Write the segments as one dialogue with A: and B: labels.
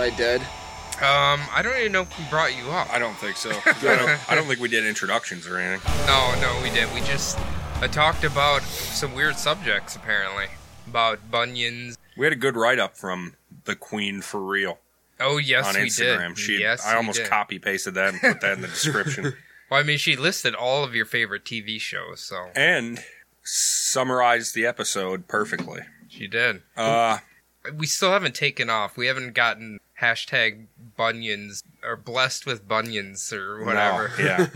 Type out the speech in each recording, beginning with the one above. A: I dead?
B: Um, I don't even know if we brought you up.
C: I don't think so. I don't, I don't think we did introductions or anything.
B: No, no, we did. We just I talked about some weird subjects apparently about bunions.
C: We had a good write up from the Queen for real
B: Oh yes,
C: on
B: we
C: Instagram.
B: did.
C: She,
B: yes,
C: I
B: we
C: almost
B: did.
C: copy pasted that and put that in the description
B: Well, I mean, she listed all of your favorite TV shows, so
C: and summarized the episode perfectly.
B: she did.
C: Uh,
B: We still haven't taken off. We haven't gotten hashtag bunions or blessed with bunions or whatever.
C: no,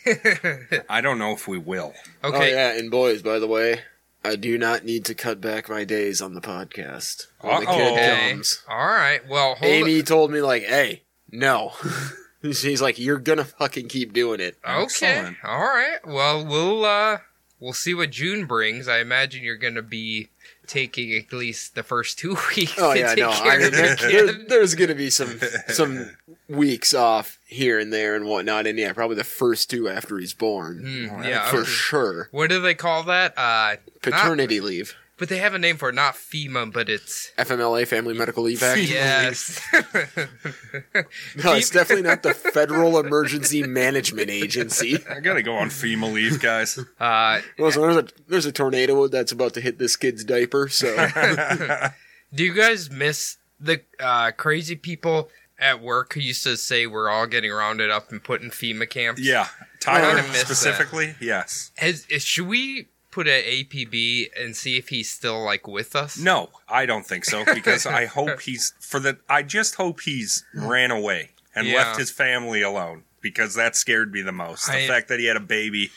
C: yeah, I don't know if we will.
B: okay,
A: Oh yeah, and boys, by the way, I do not need to cut back my days on the podcast. When the
C: Uh-oh.
A: kid
B: Okay.
A: comes.
B: all right. Well, hold
A: Amy told me like, "Hey, no." She's like, "You're gonna fucking keep doing it."
B: Okay.
C: Excellent.
B: All right. Well, we'll uh we'll see what June brings. I imagine you're going to be taking at least the first two weeks.
A: Oh
B: to
A: yeah,
B: take
A: no.
B: care
A: I mean,
B: of your
A: there,
B: kid.
A: there- there's gonna be some some weeks off here and there and whatnot, and yeah, probably the first two after he's born
B: Hmm, yeah.
A: for
B: okay.
A: sure.
B: What do they call that? Uh,
A: Paternity leave,
B: but they have a name for it. Not FEMA, but it's
A: FMLA, Family Medical Leave Act.
B: yes.
A: No, it's definitely not the Federal Emergency Management Agency.
C: I gotta go on FEMA leave, guys.
B: uh,
A: Well, so there's a there's a tornado that's about to hit this kid's diaper, so
B: do you guys miss the uh, crazy people at work who used to say we're all getting rounded up and put in FEMA camps?
C: Yeah,
B: I
C: Tyler
B: kinda missed that.
C: specifically. Yes.
B: Has, is, should we put an APB and see if he's still like with us?
C: No, I don't think so because I hope he's for the. I just hope he's ran away and
B: Yeah.
C: left his family alone because that scared me the most. The
B: I-
C: fact that he had a baby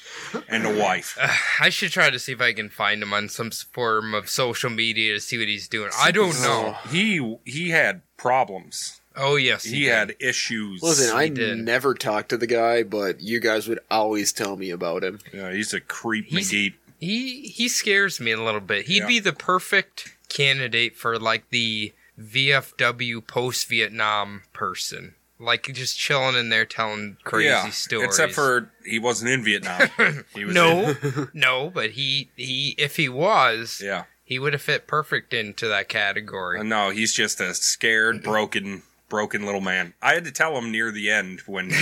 C: and a wife.
B: I should try to see if I can find him on some form of social media to see what he's doing. I don't know.
C: He he had problems.
B: Oh yes,
C: He had issues.
A: listen, I
B: did.
A: never talked to the guy, but you guys would always tell me about him.
C: Yeah, he's a creep,
B: He's-
C: McGee.
B: he he scares me a little bit. He'd
C: Yeah.
B: be the perfect candidate for like the VFW post Vietnam person, like just chilling in there telling crazy
C: yeah,
B: stories.
C: except for he wasn't in Vietnam. He was in-
B: no, no, but he he if he was,
C: yeah,
B: he would have fit perfect into that category.
C: Uh, no, he's just a scared,
B: Mm-hmm.
C: broken, broken little man. I had to tell him near the end when.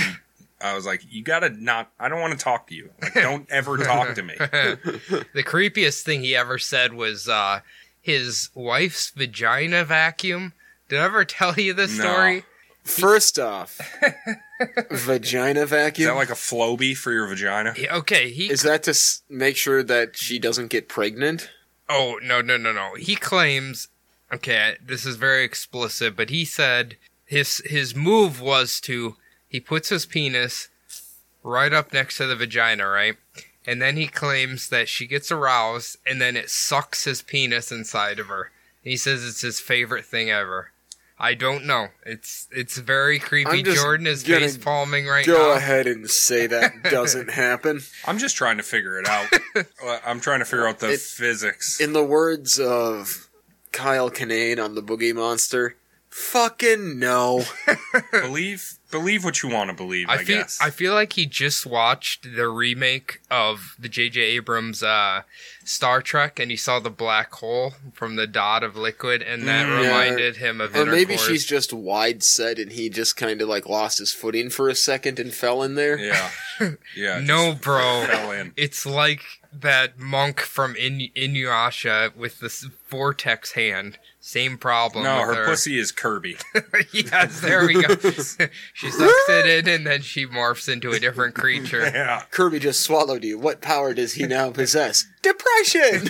C: He, I was like, you gotta not. I don't want to talk to you. Like, don't ever talk to me.
B: the creepiest thing he ever said was uh, his wife's vagina vacuum. Did I ever tell you this
C: No.
B: story?
A: First off, vagina
C: Is
A: vacuum.
C: that like a Floby for your vagina?
B: He- okay, he.
A: Is that to s- make sure that she doesn't get pregnant?
B: oh no no no no. He claims. Okay, this is very explicit, but he said his his move was to he puts his penis right up next to the vagina, right. And then he claims that she gets aroused, and then it sucks his penis inside of her. He says it's his favorite thing ever. I don't know. It's it's very creepy.
A: I'm just
B: Jordan is
A: gonna
B: face palming right
A: Go
B: now.
A: ahead and say that doesn't happen.
C: I'm just trying to figure it out. Uh, I'm trying to figure out the
A: It-
C: physics.
A: In the words of Kyle Kinane on the Boogie Monster, fucking no.
C: believe believe what you want to believe. I,
B: I feel
C: guess.
B: I feel like he just watched the remake of the J.J. Abrams uh, Star Trek, and he saw the black hole from the dot of liquid, and that
C: Mm,
A: yeah.
B: reminded him of.
A: Or maybe
B: intercourse.
A: she's just wide set and he just kind of like lost his footing for a second and fell in there.
C: yeah, yeah. it
B: no,
C: just
B: bro.
C: fell in.
B: It's like that monk from In- Inuyasha with this vortex hand. Same problem.
C: No,
B: with
C: her pussy is Kirby.
B: yes, there we go. she sucks it in, and then she morphs into a different creature.
C: Yeah,
A: Kirby just swallowed you. What power does he now possess? Depression!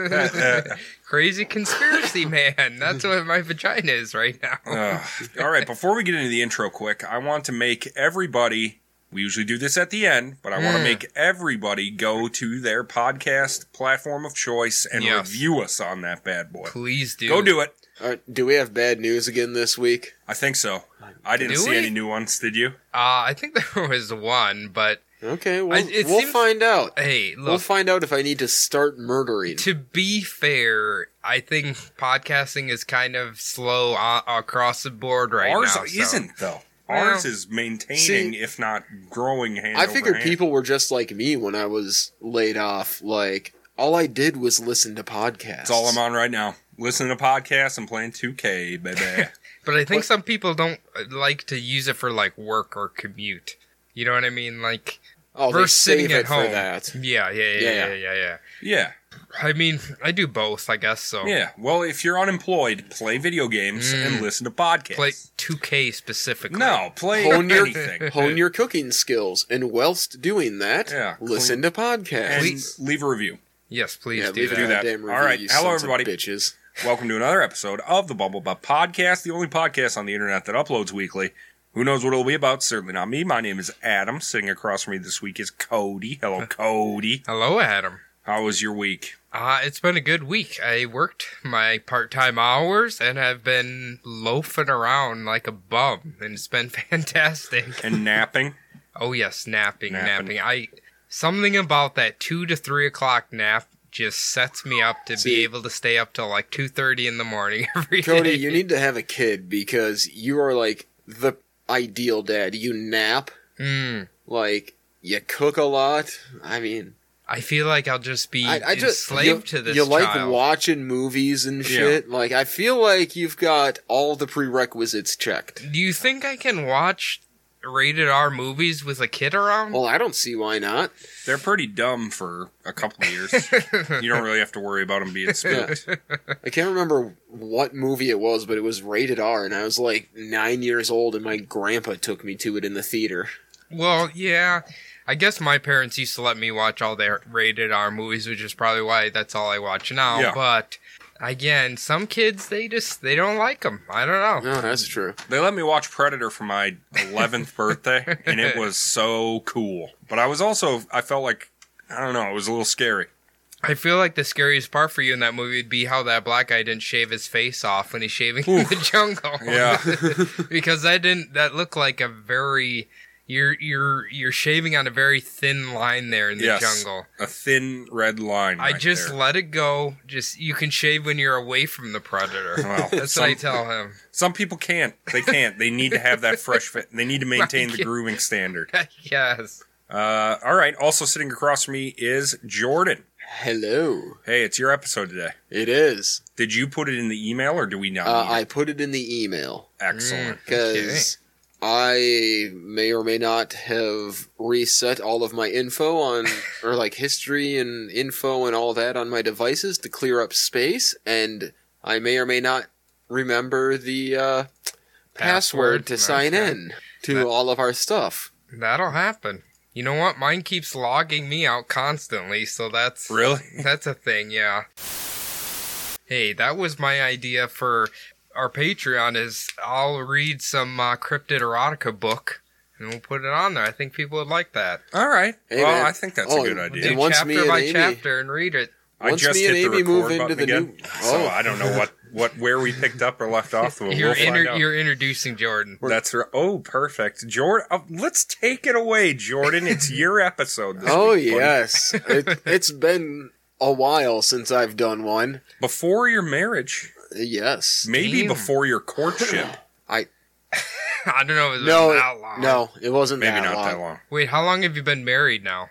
B: Crazy conspiracy man. That's what my vagina is right now.
C: Ugh. all right, before we get into the intro, quick, I want to make everybody. We usually do this at the end, but I want
B: Hmm.
C: to make everybody go to their podcast platform of choice and
B: Yes.
C: review us on that bad boy.
B: Please do.
C: Go do it.
A: All right, do we have bad news again this week?
C: I think so. I didn't
B: Do
C: see
B: we?
C: any new ones. Did you?
B: Uh, I think there was one, but
A: Okay, we'll,
B: it
A: we'll
B: seems-
A: find out.
B: hey, look.
A: We'll find out if I need to start murdering.
B: to be fair, I think podcasting is kind of slow uh, across the board right
C: Ours
B: now. so-
C: isn't though.
B: Well,
C: Ours is maintaining,
A: see,
C: if not growing, hand.
A: I
C: over
A: figured
C: hand.
A: people were just like me when I was laid off. Like, all I did was listen to podcasts.
C: That's all I'm on right now. listening to podcasts and playing 2K, baby.
B: But I think
A: What-
B: some people don't uh, like to use it for like work or commute. You know what I mean? Like,
A: Oh, they
B: Versus sitting
A: save
B: at
A: it for
B: home.
A: that.
B: yeah, yeah,
A: Yeah,
B: yeah, yeah,
A: yeah.
B: yeah, yeah. yeah.
C: yeah,
B: I mean, I do both, I guess. So
C: yeah. Well, if you're unemployed, play video games and listen to
B: Hmm.
C: podcasts.
B: play 2K specifically.
C: no, play
A: Hone your-
C: anything.
A: Hone your cooking skills, and whilst doing that,
C: Yeah,
A: listen to podcasts.
C: and
B: Please.
C: leave a review.
B: Yes, please
A: yeah,
B: do
A: leave
B: that.
A: a
C: that.
A: goddamn review,
C: All right,
A: you
C: hello,
A: sons of
C: everybody.
A: bitches.
C: Welcome to another episode of the Bubble Bob Podcast, the only podcast on the internet that uploads weekly. Who knows what it'll be about? Certainly not me. My name is Adam. Sitting across from me this week is Cody. Hello, Cody.
B: Hello, Adam.
C: How was your week?
B: Uh, it's been a good week. I worked my part time hours and I've been loafing around like a bum, and it's been fantastic.
C: And napping?
B: Oh, yes, napping,
C: Napping.
B: napping. I Something about that 2 to 3 o'clock nap just sets me up to
A: See-
B: be able to stay up till like 2.30 in the morning every day.
A: Cody, you need to have a kid because you are like the ideal dad. You nap,
B: Mm,
A: like you cook a lot. I mean,
B: I feel like I'll just be
A: I, I just
B: enslaved
A: you,
B: to this
A: You like
B: child.
A: watching movies and shit. Like I feel like you've got all the prerequisites checked.
B: Do you think I can watch rated R movies with a kid around?
A: Well, I don't see why not.
C: They're pretty dumb for a couple of years. you don't really have to worry about them being spooked.
A: I can't remember what movie it was, but it was rated R, and I was like nine years old, and my grandpa took me to it in the theater.
B: Well, yeah. I guess my parents used to let me watch all their rated R movies, which is probably why that's all I watch now.
C: Yeah.
B: But again, some kids they just they don't like them. I don't know.
A: No, Oh, that's true.
C: They let me watch Predator for my 11th birthday, and it was so cool. But I was also, I felt like, I don't know, it was a little scary.
B: I feel like the scariest part for you in that movie would be how that black guy didn't shave his face off when he's shaving in the jungle.
C: Yeah.
B: because that didn't that looked like a very you're you're you're shaving on a very thin line there in the
C: Yes.
B: jungle.
C: A thin red line.
B: I
C: right
B: just
C: there.
B: let it go. Just you can shave when you're away from the predator.
C: Well,
B: That's
C: some-
B: what I tell him.
C: Some people can't. They can't. They need to have that fresh fit. They need to maintain the grooming standard.
B: yes.
C: Uh, all right. Also sitting across from me is Jordan.
A: Hello,
C: Hey, it's your episode today.
A: it is.
C: Did you put it in the email or do we
B: Oh,
C: not?
A: Uh,
C: need it?
A: I put it in the email.
C: Excellent.
B: Mm,
A: because I may or may not have reset all of my info on, or like history and info and all that on my devices to clear up space, and I may or may not remember the uh, password,
B: Password,
A: to sign
B: okay.
A: in to
B: That-
A: all of our stuff.
B: That'll happen. You know what? Mine keeps logging me out constantly, so
A: Mm.
B: that's
C: Really?
B: that's a thing, yeah. Hey, that was my idea for our Patreon is I'll read some uh, cryptid erotica book and we'll put it on there. I think people would like that.
C: All right.
A: Hey,
C: well,
A: man.
C: I think that's
A: Oh,
C: a good
B: We'll
A: Dude,
B: do
C: idea.
A: and once me
B: chapter
A: and
B: by
A: Amy-
B: chapter and read it.
C: I
A: once
C: just
A: me and
C: hit the
A: Amy move
C: record
A: into
C: button
A: the
C: again,
A: new-
C: so
A: Oh.
C: I don't know what, what where we picked up or left off. but
B: You're
C: We'll find
B: inter-
C: out.
B: you're introducing Jordan.
C: That's right. Oh, perfect, Jordan. Uh, let's take it away, Jordan. It's your episode. This
A: Oh
C: week, buddy.
A: yes, it, it's been a while since I've done one.
C: Before your marriage,
A: Yes,
C: maybe
B: Damn.
C: before your courtship.
B: I don't know if it was
A: no,
B: that long.
A: no, it wasn't
C: Maybe
A: that
C: not
A: long.
C: that long.
B: Wait, how long have you been married now?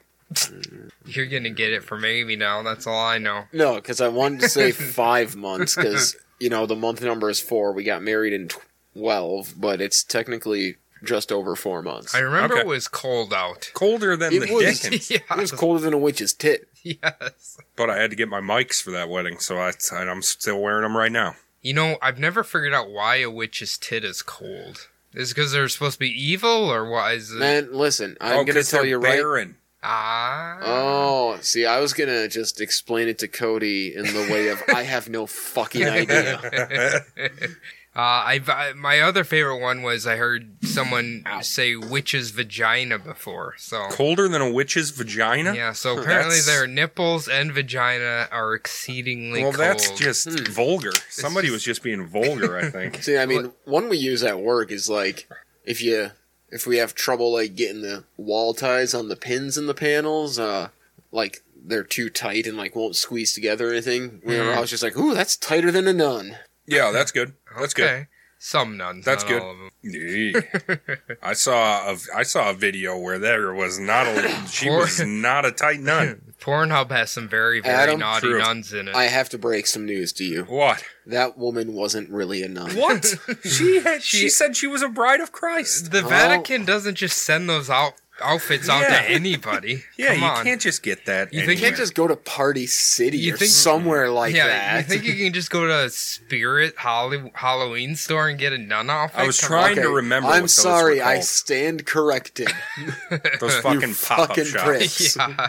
B: You're gonna get it from Amy now. That's all I know.
A: No, because I wanted to say five months because you know the month number is four. We got married in twelve, but it's technically just over four months.
B: I remember
C: Okay.
B: it was cold out.
C: Colder than
A: It
C: the
A: was-
C: Dickens.
B: yeah.
A: it was colder than a witch's tit.
B: Yes.
C: But I had to get my mics for that wedding, so I, and I'm still wearing them right now.
B: You know, I've never figured out why a witch's tit is cold. Is because they're supposed to be evil, or why is it?
A: Man, listen, I'm
C: Oh,
A: gonna
C: 'cause
A: tell
C: they're
A: you right.
C: barren.
B: Ah.
A: Oh, see, I was gonna just explain it to Cody in the way of I have no fucking idea.
B: Uh, I've, I my other favorite one was I heard someone say witch's vagina before. So
C: Colder than a witch's vagina?
B: yeah, so apparently
C: That's-
B: their nipples and vagina are exceedingly
C: Well,
B: cold.
C: that's just
A: Hmm.
C: vulgar. Somebody
B: just-
C: was just being vulgar, I think.
A: See, I mean, one we use at work is like if you if we have trouble like getting the wall ties on the pins in the panels, uh, like they're too tight and like won't
C: Mm.
A: squeeze together or anything. We were
B: Mhm.
A: always just like, "Ooh, that's tighter than a nun."
C: yeah, that's good. That's good.
B: okay. Some nuns.
C: That's
B: not
C: good.
B: all of 'em.
C: Yeah. I saw a I saw a video where there was not a she was not a tight nun.
B: Pornhub has some very very
A: Adam,
B: naughty
C: True.
B: nuns in it.
A: I have to break some news to you.
C: What?
A: That woman wasn't really a nun.
C: What? she had she,
B: She-
C: said she was a bride of Christ.
B: the
A: Well-
B: Vatican doesn't just send those out outfits out
C: Yeah.
B: to anybody.
C: Yeah,
B: Come
C: you
B: on.
C: can't just get that.
B: You
A: You
B: think
C: anywhere.
A: can't just go to Party City
B: You
A: or
B: think-
A: somewhere like
B: yeah,
A: that.
B: you think you can just go to a Spirit Holly- Halloween store and get a nun outfit?
C: I was
B: Come
C: trying
B: on.
C: to remember what
A: I'm
C: those
A: sorry,
C: were
A: I
C: called.
A: stand corrected.
C: those
A: you
C: fucking pop up
A: fucking
C: shops.
A: pricks.
B: Yeah.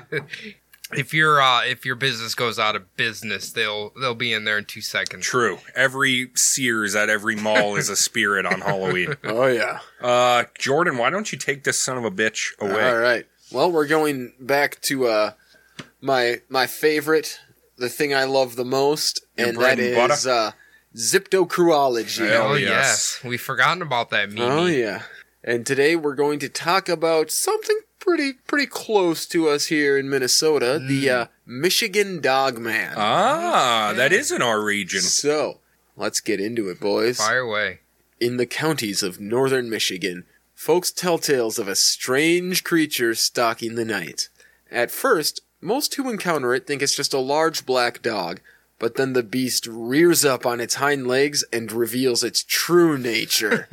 B: If your uh, if your business goes out of business, they'll they'll be in there in two seconds.
C: True. Every Sears at every mall is a spirit on Halloween.
A: Oh yeah.
C: Uh, Jordan, why don't you take this son of a bitch away?
A: All right. Well, we're going back to uh, my my favorite, the thing I love the most,
C: Your
A: and
C: bread
A: that
C: and
A: is
C: butter?
A: uh, Ziptocruology.
C: Hell
B: oh
C: yes.
B: yes. we've forgotten about that meme.
A: Oh yeah. And today we're going to talk about something pretty pretty close to us here in Minnesota, the
C: Mm.
A: uh, Michigan Dogman.
C: Ah, that is in our region.
A: so let's get into it, boys.
B: Fire away.
A: In the counties of northern Michigan, folks tell tales of a strange creature stalking the night. At first, most who encounter it think it's just a large black dog, but then the beast rears up on its hind legs and reveals its true nature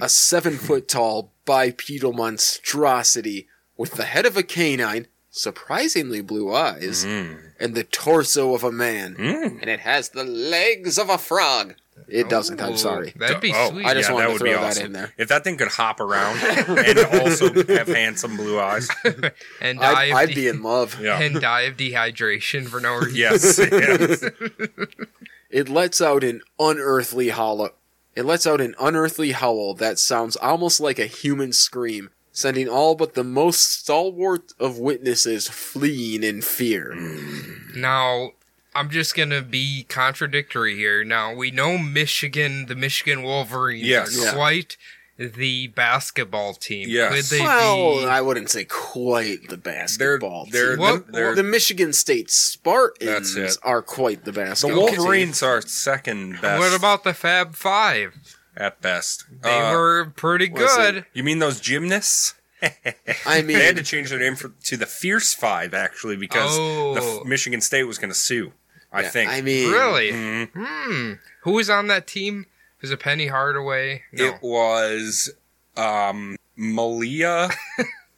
A: a seven foot tall bipedal monstrosity with the head of a canine, surprisingly blue eyes, and the torso of a man.
C: Hmm.
A: And it has the legs of a frog. It doesn't, I'm
B: Ooh,
A: sorry.
B: That'd be
C: Oh,
B: sweet.
A: I just
C: yeah,
A: wanted
C: that
A: to
C: would
A: throw
C: be
A: that
C: awesome.
A: in there.
C: If that thing could hop around and also have handsome blue eyes,
B: and die
A: I'd,
B: of
A: I'd
B: de-
A: be in love.
C: yeah,
B: and die of dehydration for no reason.
C: yes, yes.
A: It lets out an unearthly hollow. It lets out an unearthly howl that sounds almost like a human scream, sending all but the most stalwart of witnesses fleeing in fear.
C: Mm.
B: Now, I'm just gonna be contradictory here. Now we know Michigan, the Michigan Wolverines,
C: Yes.
B: are
A: Yeah.
B: quite the basketball team.
C: Yes.
B: Could they
A: Well,
B: be?
A: I wouldn't say quite the basketball.
C: they're-
A: team.
B: What-
C: they're-
A: the Michigan State Spartans
C: That's it.
A: are quite the
C: The
A: basketball team.
C: Wolverines are second best
B: What about the Fab Five?
C: at best.
B: They
C: Uh,
B: were pretty
A: listen,
B: good.
C: You mean those gymnasts?
A: I
C: They had to
A: mean,
C: change their name for, to the Fierce Five actually because the
B: Oh.
C: f- Michigan State was going to sue. I
A: yeah,
C: think
A: I mean,
B: Really?
C: Mhm.
B: Hmm. Who was on that team? Was it Penny Hardaway? No.
C: it was um, Malia.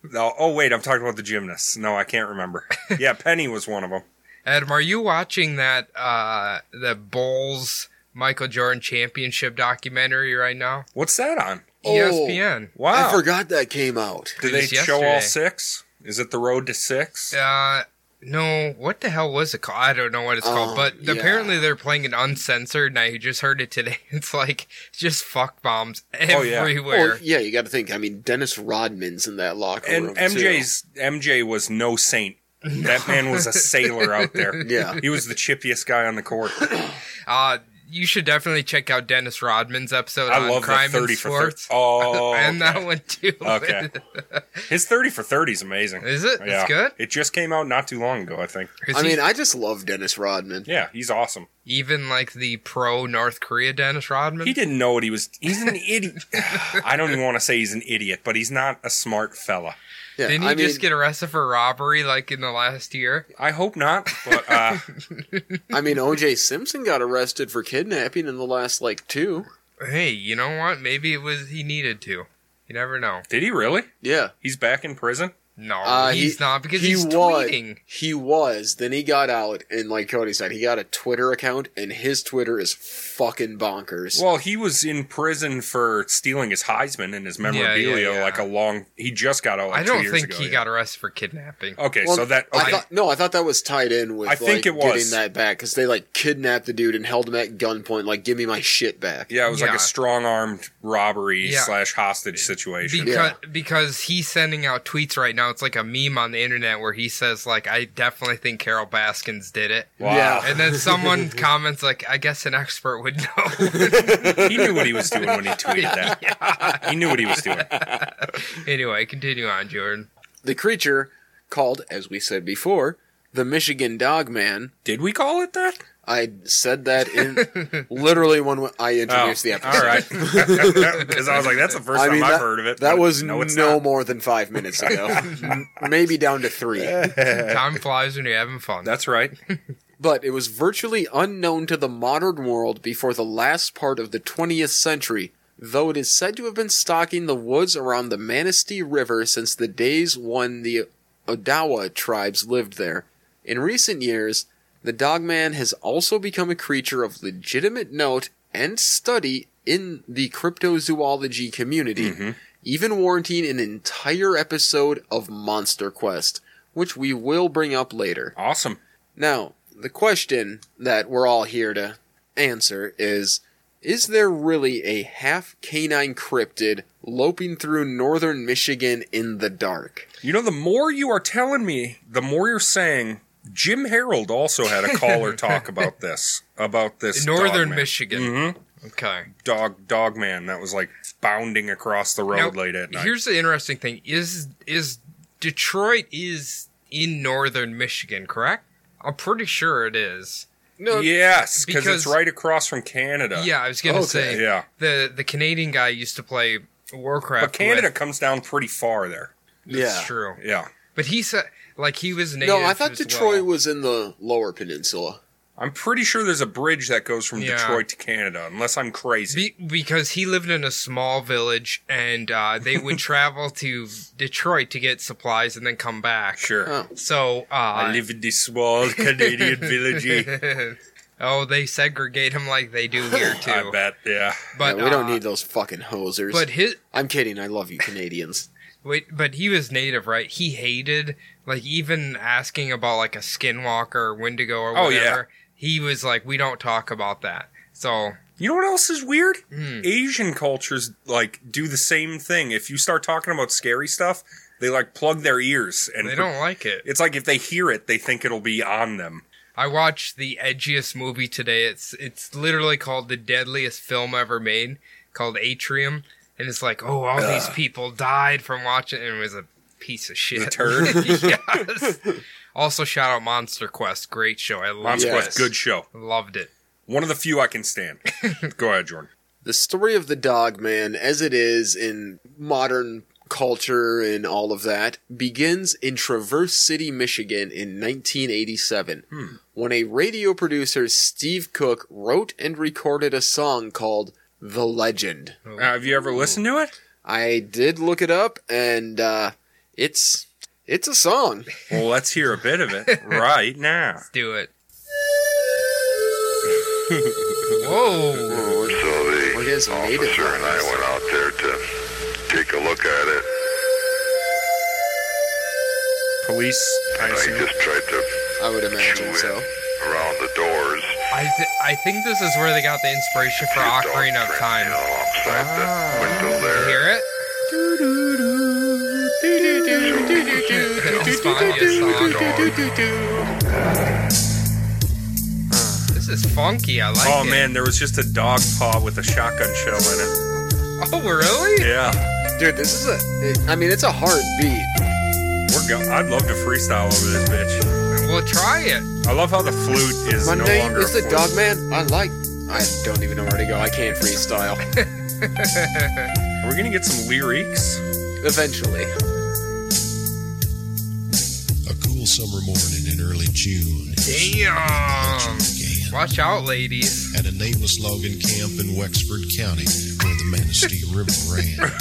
C: no, oh wait, I'm talking about the gymnasts. No, I can't remember. Yeah, Penny was one of them.
B: Adam, are you watching that uh the Bulls Michael Jordan championship documentary right now? E
C: What's that on?
A: Oh.
B: ESPN.
C: Wow.
A: I forgot that came out.
C: Did
B: It
C: they
B: was
C: show all
B: yesterday.
C: six? Is it the road to six?
B: Uh, no, what the hell was it called? I don't know what it's
A: Oh,
B: called, but
A: yeah.
B: apparently they're playing it uncensored, and I just heard it today. It's like just fuck bombs
C: Oh, yeah.
B: everywhere.
A: Well, Oh, yeah, you got to think. I mean, Dennis Rodman's in that locker
C: And
A: room. too.
C: MJ's MJ was no saint. That man was a sailor out there.
A: Yeah.
C: He was the chippiest guy on the court.
B: Uh, you should definitely check out Dennis Rodman's episode
C: I
B: on
C: love that
B: crime
C: thirty
B: and
C: for thirty.
B: sports.
C: Oh,
B: And that one too.
C: Okay. his thirty for thirty is amazing.
B: Is it? It's good?
C: It just came out not too long ago, I think.
B: 'Cause
A: I
B: he-
A: mean, I just love Dennis Rodman.
C: Yeah, he's awesome.
B: even like the pro North Korea Dennis Rodman.
C: He didn't know what he was. He's an idiot. I don't even want to say he's an idiot, but he's not a smart fella.
A: Yeah,
B: Didn't he
A: I mean,
B: just get arrested for robbery like in the last year?
C: I hope not, but uh,
A: I mean, OJ Simpson got arrested for kidnapping in the last like two.
B: Hey, you know what? Maybe it was he needed to. You never know.
C: did he really?
A: Yeah,
C: He's back in prison?
B: No,
A: Uh,
B: he's
A: he-
B: not because
A: he
B: he's
A: was.
B: tweeting.
A: he was. Then he got out, and like Cody said, he got a Twitter account, and his Twitter is fucking bonkers.
C: Well, he was in prison for stealing his Heisman and his memorabilia
B: yeah.
C: like a long. He just got out. Like
B: I don't
C: two years
B: think
C: ago,
B: he
C: yeah.
B: got arrested for kidnapping.
C: Okay,
A: Well,
C: so that okay,
A: I thought, no, I thought that was tied in with
C: I think
A: like,
C: it was.
A: getting that back because they like kidnapped the dude and held him at gunpoint, like give me my shit back.
C: yeah, it was like
B: Yeah.
C: a strong armed robbery
B: Yeah.
C: slash hostage situation.
B: Because because he's sending out tweets right now. It's like a meme on the internet where he says like, "I definitely think Carol Baskins did it,"
C: Wow.
A: Yeah.
B: and then someone comments like, "I guess an expert would know."
C: he knew what he was doing when he tweeted that. He knew what he was doing.
B: anyway, continue on, Jordan.
A: The creature called, as we said before, the Michigan Dogman.
C: Did we call it that?
A: I said that in literally when I introduced the episode.
C: Oh, all right. Because I was like, that's the first
A: I mean,
C: time I've
A: that,
C: heard of it.
A: that
C: but
A: was
C: no,
A: no,
C: it's not.
A: more than five minutes ago. M- Maybe down to three.
C: Uh,
B: Time flies when you're having fun.
C: That's right.
A: But it was virtually unknown to the modern world before the last part of the 20th century, though it is said to have been stalking the woods around the Manistee River since the days when the Odawa tribes lived there. In recent years, the Dogman has also become a creature of legitimate note and study in the cryptozoology community, even warranting an entire episode of Monster Quest, which we will bring up later.
C: Awesome.
A: Now, the question that we're all here to answer is Is there really a half canine cryptid loping through northern Michigan in the dark?
C: You know, the more you are telling me, the more you're saying. Jim Harold also had a caller talk about this. About this
B: Northern
C: dog man. Mm-hmm. Mm.
B: Michigan. Okay.
C: dog dog man that was like bounding across the road
B: Now,
C: late at night.
B: Here's the interesting thing: is is Detroit is in northern Michigan, correct? I'm pretty sure it is.
A: No,
C: yes, because
B: because-
C: it's right across from Canada.
B: Yeah, I was gonna
C: Oh,
A: Okay.
B: say
C: yeah.
B: the the Canadian guy used to play Warcraft.
C: But Canada
B: with.
C: comes down pretty far there.
B: That's
A: yeah.
B: true.
C: Yeah,
B: But he said like he was native.
A: No, I thought
B: as
A: Detroit
B: well.
A: was in the lower peninsula.
C: I'm pretty sure there's a bridge that goes from
B: Yeah.
C: Detroit to Canada, unless I'm crazy.
B: Be- because he lived in a small village, and uh, they would travel to Detroit to get supplies and then come back.
C: sure,
A: Oh.
B: So uh,
C: I live in this small Canadian village.
B: oh, they segregate him like they do here too.
C: I bet. Yeah,
B: But
A: Yeah, we don't
B: uh,
A: need those fucking hosers.
B: But his
A: I'm kidding. I love you, Canadians.
B: wait, but he was native, right? He hated like even asking about like a skinwalker or Wendigo or
C: Oh,
B: whatever. He was like, we don't talk about that. So
C: you know what else is weird?
B: Hmm.
C: Asian cultures like do the same thing. If you start talking about scary stuff, they like plug their ears and
B: they don't like it.
C: It's like if they hear it, they think it'll be on them.
B: I watched the edgiest movie today. It's it's literally called the deadliest film ever made, called Atrium, and it's like, oh, all these people died from watching, and it was a piece of shit.
C: The turd.
B: yes. Also, shout out Monster Quest, great show. I loved
C: Monster
A: Yeah.
B: it.
A: Yes.
C: Quest, good show.
B: Loved it.
C: One of the few I can stand. Go ahead, Jordan.
A: the story of the dog man as it is in modern culture and all of that begins in traverse city michigan in 1987 when a radio producer steve cook wrote and recorded a song called the legend
C: Uh, have you ever listened to it?
A: i did look it up and uh, it's it's a song
C: Well, let's hear a bit of it right now.
B: Do it. Whoa.
D: So
A: What
D: the
A: is native
D: officer and I
A: honors?
D: went out there to take a look at it.
C: Police, I
D: I
C: assume.
D: just tried to
A: i would
D: chew
A: imagine
D: in
A: so
D: around the doors.
B: I, th- I think this is where they got the inspiration for Ocarina of
D: You
B: Time.
D: know, outside
B: Ah.
D: the window
B: You
D: there.
B: hear it? It's finally a song. This is funky. I like
C: Oh
B: it.
C: man, there was just a dog paw with a shotgun shell in
B: Oh, really?
C: it. Yeah,
A: dude this is a it, i mean it's a hard beat
C: we're go- I'd love to freestyle over this bitch.
B: We'll try it.
C: I love how the flute is
A: my
C: no
A: name
C: longer
A: is
C: a
A: the
C: flute.
A: dog man i like i don't even know where to go i can't freestyle
C: We're gonna get some lyrics.
A: eventually
E: A cool summer morning in early June.
B: Damn.
E: Began
B: Watch out, ladies.
E: at a nameless logging camp in Wexford County where the Manistee River ran.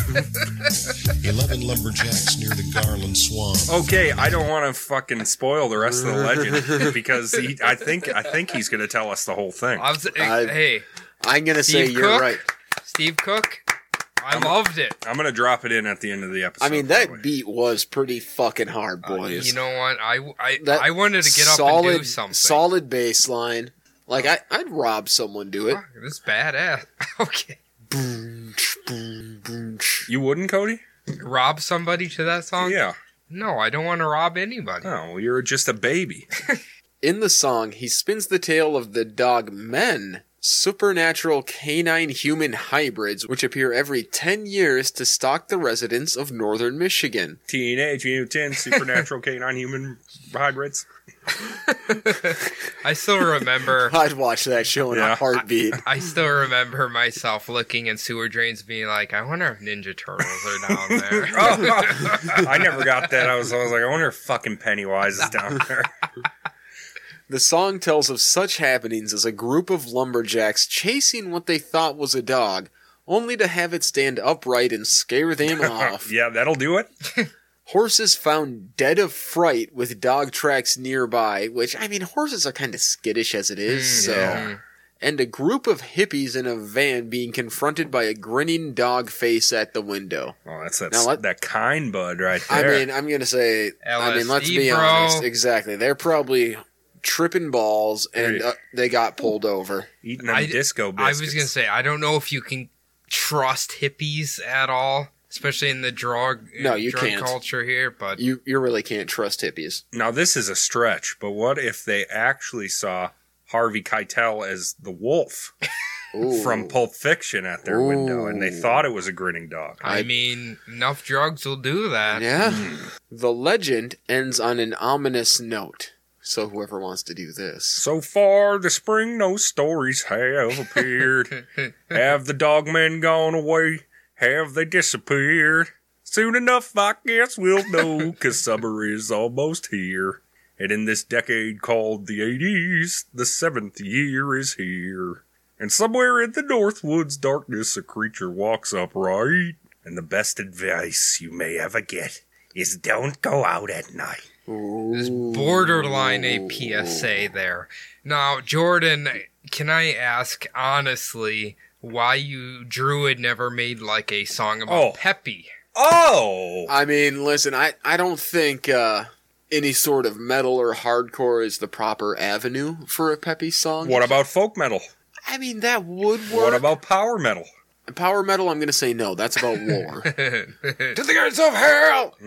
E: Eleven lumberjacks near the Garland Swamp.
C: Okay, I don't want to fucking spoil the rest of the legend because he, I think I think he's gonna tell us the whole thing.
B: I was, eh,
A: I-
B: hey,
A: i'm gonna say
B: Steve
A: you're
B: Cook?
A: right
B: Steve Cook, I loved it.
C: I'm gonna drop it in at the end of the episode.
A: i mean
C: probably.
A: that beat was pretty fucking hard boys
B: Uh, You know what? I, I,
A: That
B: I wanted to get up
A: solid,
B: and do something.
A: solid bass line like I, i'd rob someone do it
B: Fuck, this is badass. okay.
C: you wouldn't, Cody?
B: Rob somebody to that song?
C: Yeah.
B: No, I don't want to rob anybody.
C: Oh, well, you're just a baby.
A: in the song he spins the tale of the dog men supernatural canine human hybrids, which appear every 10 years to stock the residents of northern Michigan.
C: Teenage Mutant Supernatural Canine Human Hybrids.
B: I still remember.
A: I'd watch that show in
C: Yeah.
A: a heartbeat.
B: I still remember myself looking in sewer drains, being like, "I wonder if Ninja Turtles are down there."
C: Oh, I never got that. I was, I was like, I wonder if fucking Pennywise is down there.
A: The song tells of such happenings as a group of lumberjacks chasing what they thought was a dog, only to have it stand upright and scare them off.
C: yeah, that'll do it.
A: Horses found dead of fright with dog tracks nearby, which, I mean, horses are kind of skittish as it is,
C: Mm,
A: so.
B: yeah.
A: And a group of hippies in a van being confronted by a grinning dog face at the window.
C: Well, Oh, that's that,
A: Now let-
C: that kind bud right
A: I
C: there.
A: mean, I'm gonna say. I mean, let's
B: LSD,
A: be
B: bro.
A: honest. Exactly, they're probably tripping balls, and
C: Right.
A: uh, they got pulled over.
C: Eating them
B: I-
C: disco
B: I
C: biscuits.
B: was gonna say, I don't know if you can trust hippies at all, especially in the drug
A: No, you
B: drug
A: can't.
B: culture here. But
A: You you really can't trust hippies.
C: Now this is a stretch, but what if they actually saw Harvey Keitel as the wolf
A: Ooh.
C: from Pulp Fiction at their window, and they
A: Ooh.
C: thought it was a grinning dog?
B: I,
A: I-
B: mean, enough drugs will do that.
A: Yeah.
B: Hmm.
A: the legend ends on an ominous note. So whoever wants to do this,
C: So far, the spring no stories have appeared. have the dogmen gone away? Have they disappeared? Soon enough, I guess we'll know, cause summer is almost here. And in this decade called the 80s, the seventh year is here. And somewhere in the Northwoods darkness, a creature walks upright. And the best advice you may ever get is don't go out at night.
B: It's borderline a PSA there. Now, Jordan, can I ask honestly why you Druid never made like a song about
C: Oh.
B: Peppy?
C: Oh!
A: I mean, listen, I I don't think. uh any sort of metal or hardcore is the proper avenue for a peppy song.
C: What about folk metal?
A: I mean, that would work.
C: What about power metal?
A: power metal? I'm gonna say no. That's about war.
B: I
A: to the gates of hell.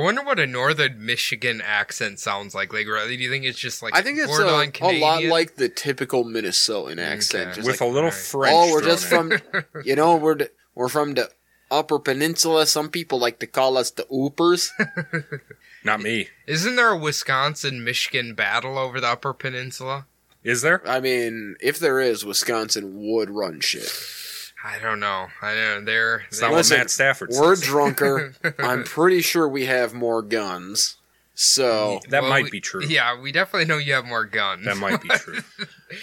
B: wonder what a northern Michigan accent sounds like. Like, really, do you think it's just like
A: I think it's
B: borderline
A: a, a lot
B: Canadian?
A: like the typical Minnesotan accent.
B: Okay.
A: Just
C: With
A: like,
C: a little
B: alright.
C: French.
A: oh, we're
C: thrown
A: just
C: in.
A: from, you know, we're d- we're from the Upper Peninsula. Some people like to call us the Oopers.
C: Not me.
B: Isn't there a Wisconsin Michigan battle over the Upper Peninsula?
C: Is there?
A: I mean, if there is, Wisconsin would run shit.
B: I don't know. I don't know. They're,
C: It's
B: they-
C: not
A: Listen,
C: what Matt Stafford
A: We're
C: says.
A: drunker. I'm pretty sure we have more guns. So,
C: That
B: well,
C: might
B: we-
C: be true.
B: Yeah, we definitely know you have more guns.
C: That might be true.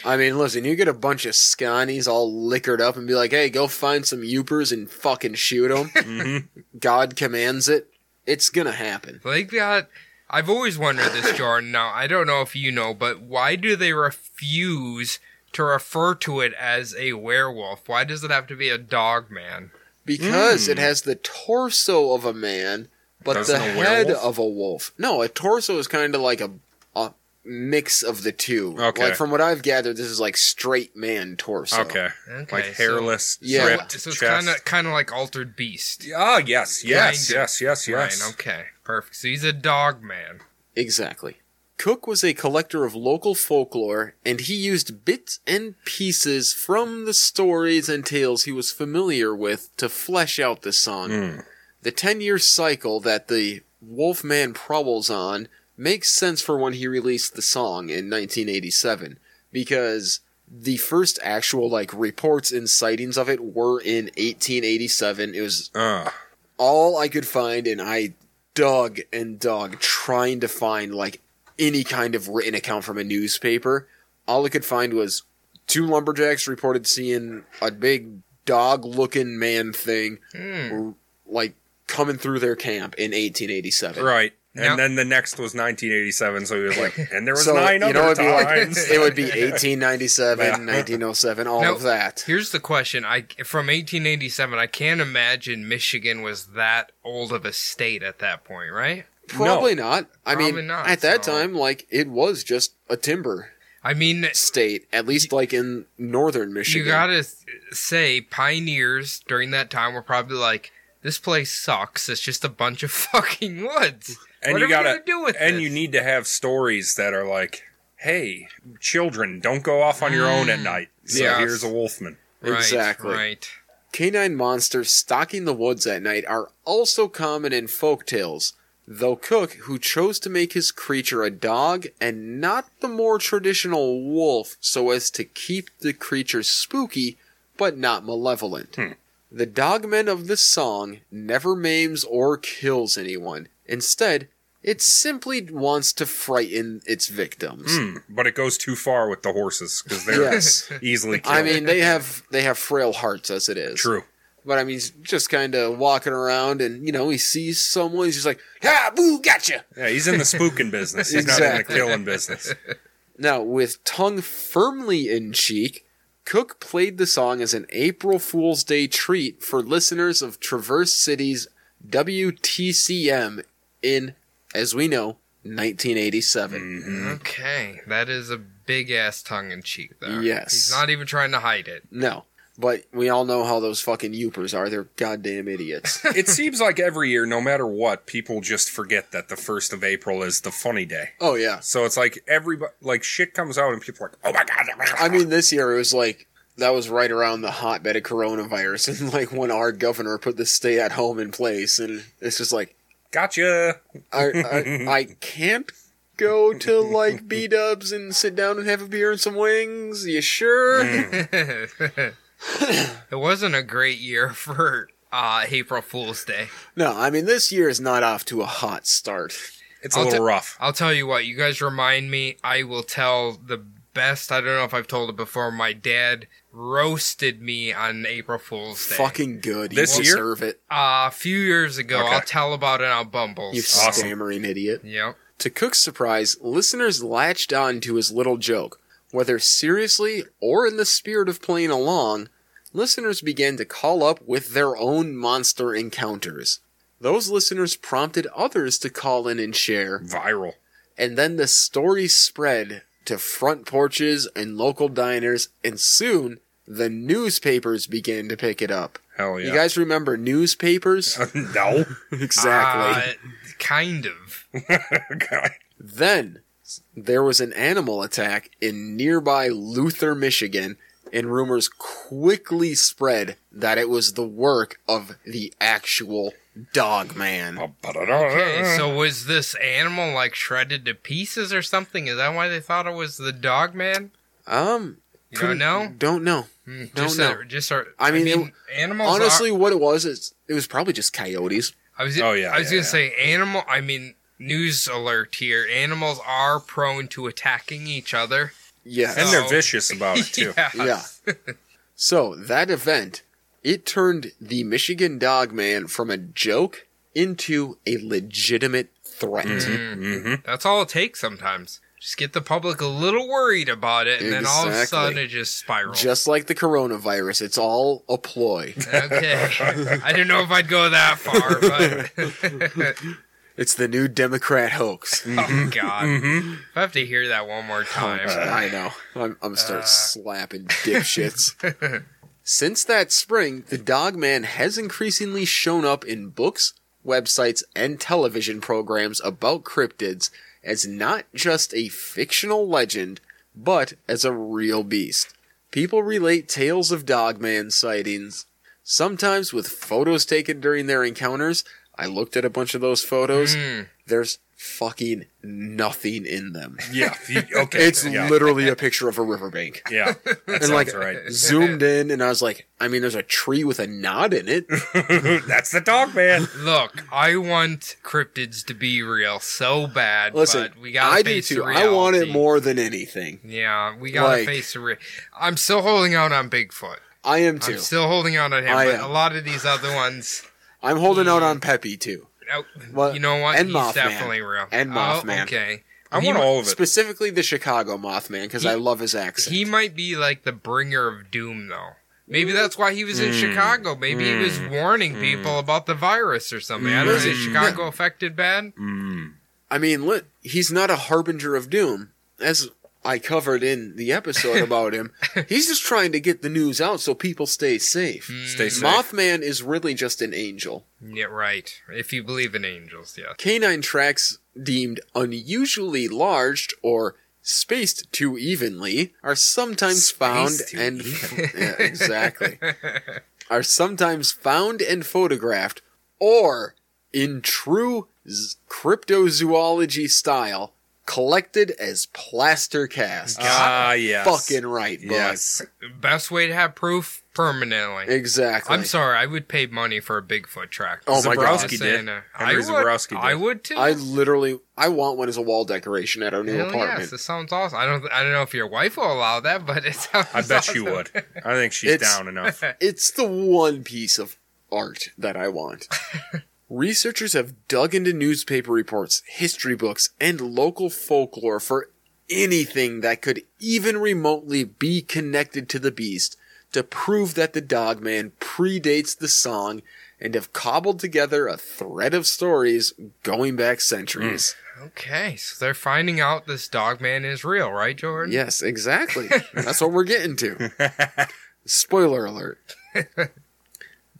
A: I mean, listen, you get a bunch of Sconnies all liquored up and be like, hey, go find some Upers and fucking shoot them.
C: Mm-hmm.
A: God commands it. It's gonna happen.
B: They got. I've always wondered this, Jordan. Now, I don't know if you know, but why do they refuse to refer to it as a werewolf? Why does it have to be a dog man?
A: because it has the torso of a man but
C: Hmm. Doesn't
A: the
C: a
A: head
C: werewolf?
A: of a wolf no a torso is kind of like a, a mix of the two
C: Okay.
A: like from what i've gathered this is like straight man torso
C: Okay.
B: Okay,
C: like hairless,
A: Yeah.
B: So,
C: ripped
B: so it's
C: chest.
B: kind of kind of like altered beast.
C: Ah, yes, yes,
B: Kinda.
C: yes, yes, yes.
B: Right. Okay. Perfect. So he's a dog man.
A: exactly cook was a collector of local folklore and he used bits and pieces from the stories and tales he was familiar with to flesh out the song
C: Mm. Hmm,
A: the 10 year cycle that the Wolfman prowls on makes sense for when he released the song in 1987 because the first actual like reports and sightings of it were in 1887 it was
C: Uh,
A: all I could find, and I dug and dug trying to find like any kind of written account from a newspaper. All I could find was two lumberjacks reported seeing a big dog-looking man thing,
C: Hmm.
B: Hmm.
A: r- like coming through their camp in 1887.
C: right. And
B: Now-
C: then the next was 1987, so he was like, and there was
A: So
C: nine
A: you
C: other
A: know it'd be like
C: times.
A: it would be 1897,
C: Yeah.
A: 1907, all
B: Now,
A: of that.
B: Here's the question. I from 1887. I can't imagine Michigan was that old of a state at that point, right?
A: Probably not. I
B: Probably
A: mean,
B: not,
A: at that
B: so-
A: time, like it was just a timber
B: I mean,
A: state, at least like in northern Michigan.
B: You gotta s- say, pioneers during that time were probably like, "This place sucks. It's just a bunch of fucking woods."
C: and
B: what
C: you
B: are
C: gotta
B: we gonna do with
C: and
B: this?
C: you need to have stories that are like hey, children, don't go off on your own
A: Mm,
C: at night. So
B: Yes.
C: here's a wolfman.
B: Right,
A: Exactly.
B: Right.
A: Canine monsters stalking the woods at night are also common in folktales, though Cook, who chose to make his creature a dog and not the more traditional wolf so as to keep the creature spooky but not malevolent.
C: Hmm.
A: The dogman of this song never maims or kills anyone. Instead, it simply wants to frighten its victims.
C: Hmm, but it goes too far with the horses because they're
A: Yes.
C: easily killed.
A: I mean, they have they have frail hearts as it is.
C: true.
A: But I mean, he's just kind of walking around, and you know, he sees someone. He's just like, "Ha, boo, gotcha!"
C: Yeah, he's in the spooking business. He's not in the
A: Exactly.
C: killing business.
A: Now, with tongue firmly in cheek, Cook played the song as an April Fool's Day treat for listeners of Traverse City's WTCM in, as we know, 1987.
C: Mm.
B: Okay. That is a big ass tongue in cheek there.
A: Yes.
B: He's not even trying to hide it.
A: No, but we all know how those fucking youpers are. They're goddamn idiots.
C: It seems like every year, no matter what, people just forget that the first of April is the funny day.
A: oh yeah.
C: So it's like everybody, like shit comes out and people are like, oh my god.
A: I mean, this year it was like that was right around the hotbed of coronavirus, and like when our governor put the stay at home in place, and it's just like
C: gotcha.
A: I I, I can't go to like B Dubs and sit down and have a beer and some wings. You sure?
C: Mm.
B: it wasn't a great year for uh, April Fool's Day.
A: No, I mean this year is not off to a hot start.
C: It's a
B: I'll
C: little
B: ta-
C: rough.
B: I'll tell you what, you guys remind me, I will tell the best. I don't know if I've told it before. My dad roasted me on April Fool's Day.
A: Fucking good.
C: This
A: you
C: year?
A: deserve it.
B: Uh, a few years ago,
C: Okay.
B: I'll tell about it on Bumbles.
A: You
C: Awesome.
A: stammering idiot.
B: yep.
A: To Cook's surprise, listeners latched on to his little joke. Whether seriously or in the spirit of playing along, listeners began to call up with their own monster encounters. Those listeners prompted others to call in and share,
C: Viral.
A: and then the story spread to front porches and local diners, and soon the newspapers began to pick it up.
C: Hell yeah.
A: You guys remember newspapers?
C: no.
A: exactly.
B: Uh, kind of.
C: Okay.
A: Then there was an animal attack in nearby Luther, Michigan, and rumors quickly spread that it was the work of the actual dog man.
B: Okay,
C: Okay,
B: so was this animal like shredded to pieces or something? Is that why they thought it was the dog man?
A: Um,
B: You don't know?
A: Don't know.
B: Hmm,
A: don't
B: just
A: know.
B: Are, just are,
A: I mean,
B: animals. are-
A: Honestly, what it was, it's, it was probably just coyotes.
B: I was.
C: Oh, yeah,
B: I was
C: yeah,
B: gonna
C: yeah.
B: say animal. I mean, news alert here: animals are prone to attacking each other.
A: Yes.
C: and they're
B: so-
C: vicious about it too.
B: uh, yeah.
A: yeah. so that event, it turned the Michigan dog man from a joke into a legitimate threat.
B: Mm-hmm. That's all it takes sometimes. Just get the public a little worried about it, and then all of a
A: Exactly.
B: sudden it just spirals.
A: Just like the coronavirus, it's all a ploy.
B: okay. I didn't know if I'd go that far, but
A: It's the new Democrat hoax.
C: Mm-hmm.
B: oh god, if I have to hear that one
A: Oh,
B: more time.
A: I know. I'm, I'm gonna start slapping dipshits. Since that spring, the Dogman has increasingly shown up in books, websites, and television programs about cryptids as not just a fictional legend, but as a real beast. People relate tales of Dogman sightings, sometimes with photos taken during their encounters. I looked at a bunch of those photos. There's fucking nothing in them.
C: Yeah. you- okay.
A: It's
C: yeah.
A: literally a picture of a riverbank.
C: yeah. That sounds
A: And like
C: right.
A: zoomed in, and I was like, I mean, there's a tree with a knot in it.
C: That's the dog man.
B: Look, I want cryptids to be real so bad,
A: Listen,
B: but we gotta
A: I do
B: face
A: too.
B: the
A: I want it
B: reality.
A: more than anything.
B: Yeah, we gotta
A: Like-
B: face the. Re- I'm still holding out on Bigfoot.
A: I am too.
B: I'm still holding out on him,
A: I
B: but
A: am.
B: a lot of these other ones.
A: I'm holding out on Peppy too,
B: Oh,
A: Well,
B: you know what?
A: and
B: He's
A: Mothman.
B: definitely real.
A: And
B: Oh,
A: Mothman.
B: okay.
C: I
B: He
C: want
B: mi-
C: all of it.
A: specifically the Chicago Mothman, because I love his accent.
B: He might be like the bringer of doom, though.
A: Mm.
B: Maybe that's why he was in
C: Mm.
B: Chicago. Maybe he was warning people about the virus or something. I don't know. Is
C: Mm.
B: Chicago affected bad?
A: I mean, look, he's not a harbinger of doom, as I covered in the episode about him. He's just trying to get the news out so people stay safe.
B: Mm,
C: Stay safe.
A: Mothman is really just an angel.
B: Yeah, right. If you believe in angels, yes.
A: Canine tracks deemed unusually large or spaced too evenly, are sometimes found
C: Spaced too
A: and yeah, exactly are sometimes found and photographed, or in true z- cryptozoology style, collected as plaster casts.
C: Ah, yes.
A: Fucking right, bud.
C: yes.
B: Best way to have proof permanently.
A: Exactly.
B: I'm sorry, I would pay money for a Bigfoot track.
A: Oh my god.
C: Zabrowski
B: Just
C: did.
B: saying, uh, I
C: Henry
B: would.
C: Zabrowski did.
B: I would too.
A: I literally I want one as a wall decoration at our new
B: Hell yes,
A: apartment.
B: this sounds awesome. I don't. I don't know if your wife will allow that, but it sounds.
C: I bet she
B: awesome.
C: would. I think she's
A: It's-
C: down enough.
A: It's the one piece of art that I want. Researchers have dug into newspaper reports, history books, and local folklore for anything that could even remotely be connected to the beast to prove that the Dogman predates the song and have cobbled together a thread of stories going back centuries.
B: Okay, so they're finding out this dog man is real, right, Jordan?
A: Yes, exactly. That's what we're getting to. Spoiler alert.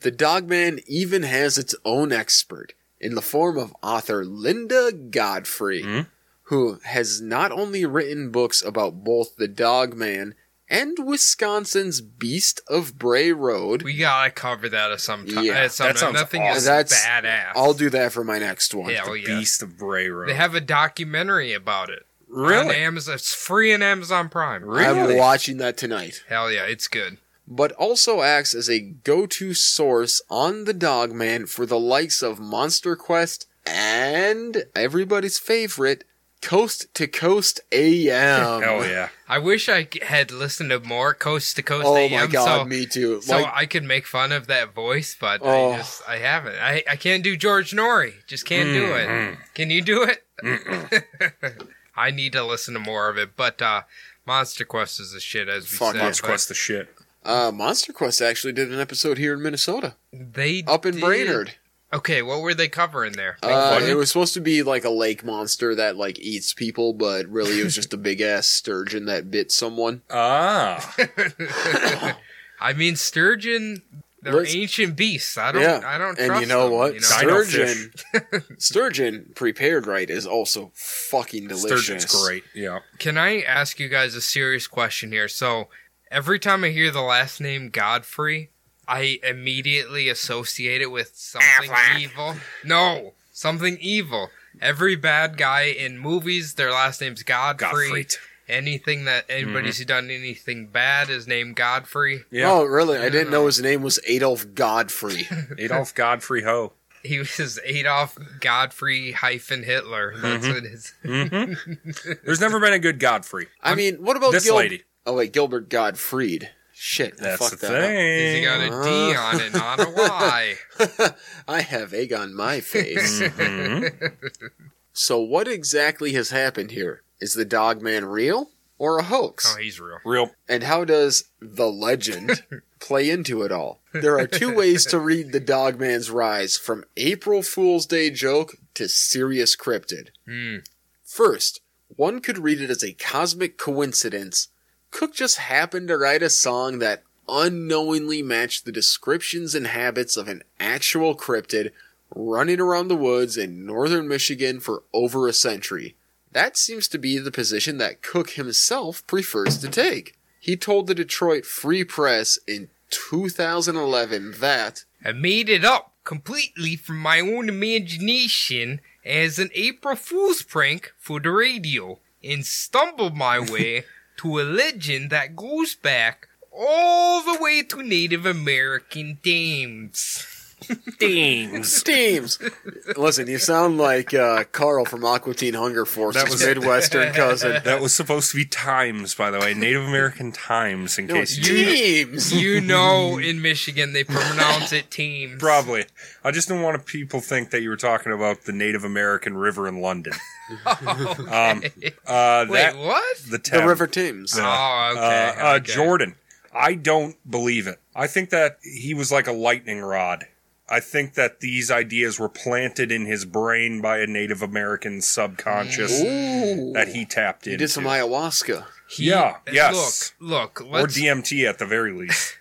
A: the Dogman even has its own expert in the form of author Linda Godfrey,
B: Hmm?
A: who has not only written books about both the Dogman and Wisconsin's Beast of Bray Road.
B: We gotta cover that at some time.
A: Yeah,
B: at some
C: that
B: time.
C: sounds
B: That thing is
C: awesome.
A: That's-
B: badass.
A: I'll do that for my next one.
B: Hell Oh, yeah.
C: Beast of Bray Road.
B: They have a documentary about it. On
C: really?
B: Amazon. It's free on Amazon Prime.
A: I'm
C: Really?
A: watching that tonight.
B: Hell yeah, it's good.
A: but also acts as a go-to source on the Dogman for the likes of Monster Quest and everybody's favorite Coast to Coast AM.
C: Hell Oh, yeah.
B: I wish I c- had listened to more Coast to Coast
A: Oh
B: AM
A: my god,
B: so,
A: me too.
B: so
A: like
B: I could make fun of that voice, but
A: Oh.
B: I just I haven't. I, I can't do George Norrie. Just can't do
A: Mm-hmm.
B: it.
C: Mm-hmm.
B: Can you do it? I need to listen to more of it, but uh Monster Quest is a shit as we
A: Fuck
B: said.
A: Monster
B: but
C: Quest the shit.
A: uh, Monster Quest actually did an episode here in Minnesota,
B: They
A: up in
B: did-
A: Brainerd.
B: Okay, what were they covering there?
A: Uh,
C: fun?
A: it was supposed to be like a lake monster that like eats people, but really it was just a big ass sturgeon that bit someone.
C: Ah.
B: I mean, sturgeon, they're
A: Let's-
B: ancient beasts. I don't,
A: yeah,
B: I don't.
A: and
B: trust
A: you know
B: them,
A: what?
B: you
C: Dino
A: Sturgeon, sturgeon prepared right is also fucking delicious.
C: Sturgeon's great. Yeah.
B: Can I ask you guys a serious question here? So, every time I hear the last name Godfrey, I immediately associate it with something evil. No, something evil. Every bad guy in movies, their last name's Godfrey.
C: Godfrey.
B: Anything that anybody's who done anything bad is named Godfrey.
C: Yeah.
A: Oh, really? I didn't know his name was Adolf Godfrey.
C: Adolf Godfrey Ho.
B: He was Adolf Godfrey hyphen Hitler. That's what it is.
C: Mm-hmm. There's never been a good Godfrey.
A: I mean, what about
C: This
A: Gil-
C: lady.
A: Oh wait, Gilbert Gottfried. Shit, I
C: That's the
A: fucked that up.
B: Is he
C: thing.
B: got a D on it, not a Y.
A: I have egg on my face.
C: Mm-hmm.
A: so what exactly has happened here? Is the Dogman real or a hoax?
B: Oh, he's real.
C: Real.
A: And how does the legend play into it all? There are two ways to read the Dogman's rise from April Fool's Day joke to serious cryptid.
B: Hmm.
A: First, one could read it as a cosmic coincidence. Cook just happened to write a song that unknowingly matched the descriptions and habits of an actual cryptid running around the woods in northern Michigan for over a century. That seems to be the position that Cook himself prefers to take. He told the Detroit Free Press in 2011 that
B: I made it up completely from my own imagination as an April Fool's prank for the radio and stumbled my way to a legend that goes back all the way to Native American dames.
A: Steams. Listen, you sound like uh, Carl from Aqua Teen Hunger Force,
C: That
A: his
C: was-
A: Midwestern cousin.
C: That was supposed to be times, by the way. Native American times, in
A: No, it's
C: case you didn't
A: Steams.
B: You know, in Michigan, they pronounce it teams.
C: Probably. I just don't want people think that you were talking about the Native American river in London. um, uh,
B: Wait,
C: that,
B: what?
C: the,
A: The
C: Thames.
A: River Thames.
B: oh,
C: Uh,
B: okay.
C: uh,
B: okay.
C: Jordan. I don't believe it. I think that he was like a lightning rod. I think that these ideas were planted in his brain by a Native American subconscious
A: Ooh.
C: that he tapped into.
A: He did some ayahuasca.
B: He-
C: yeah, yes.
B: Look, look.
C: or
B: Let's,
C: DMT at the very least.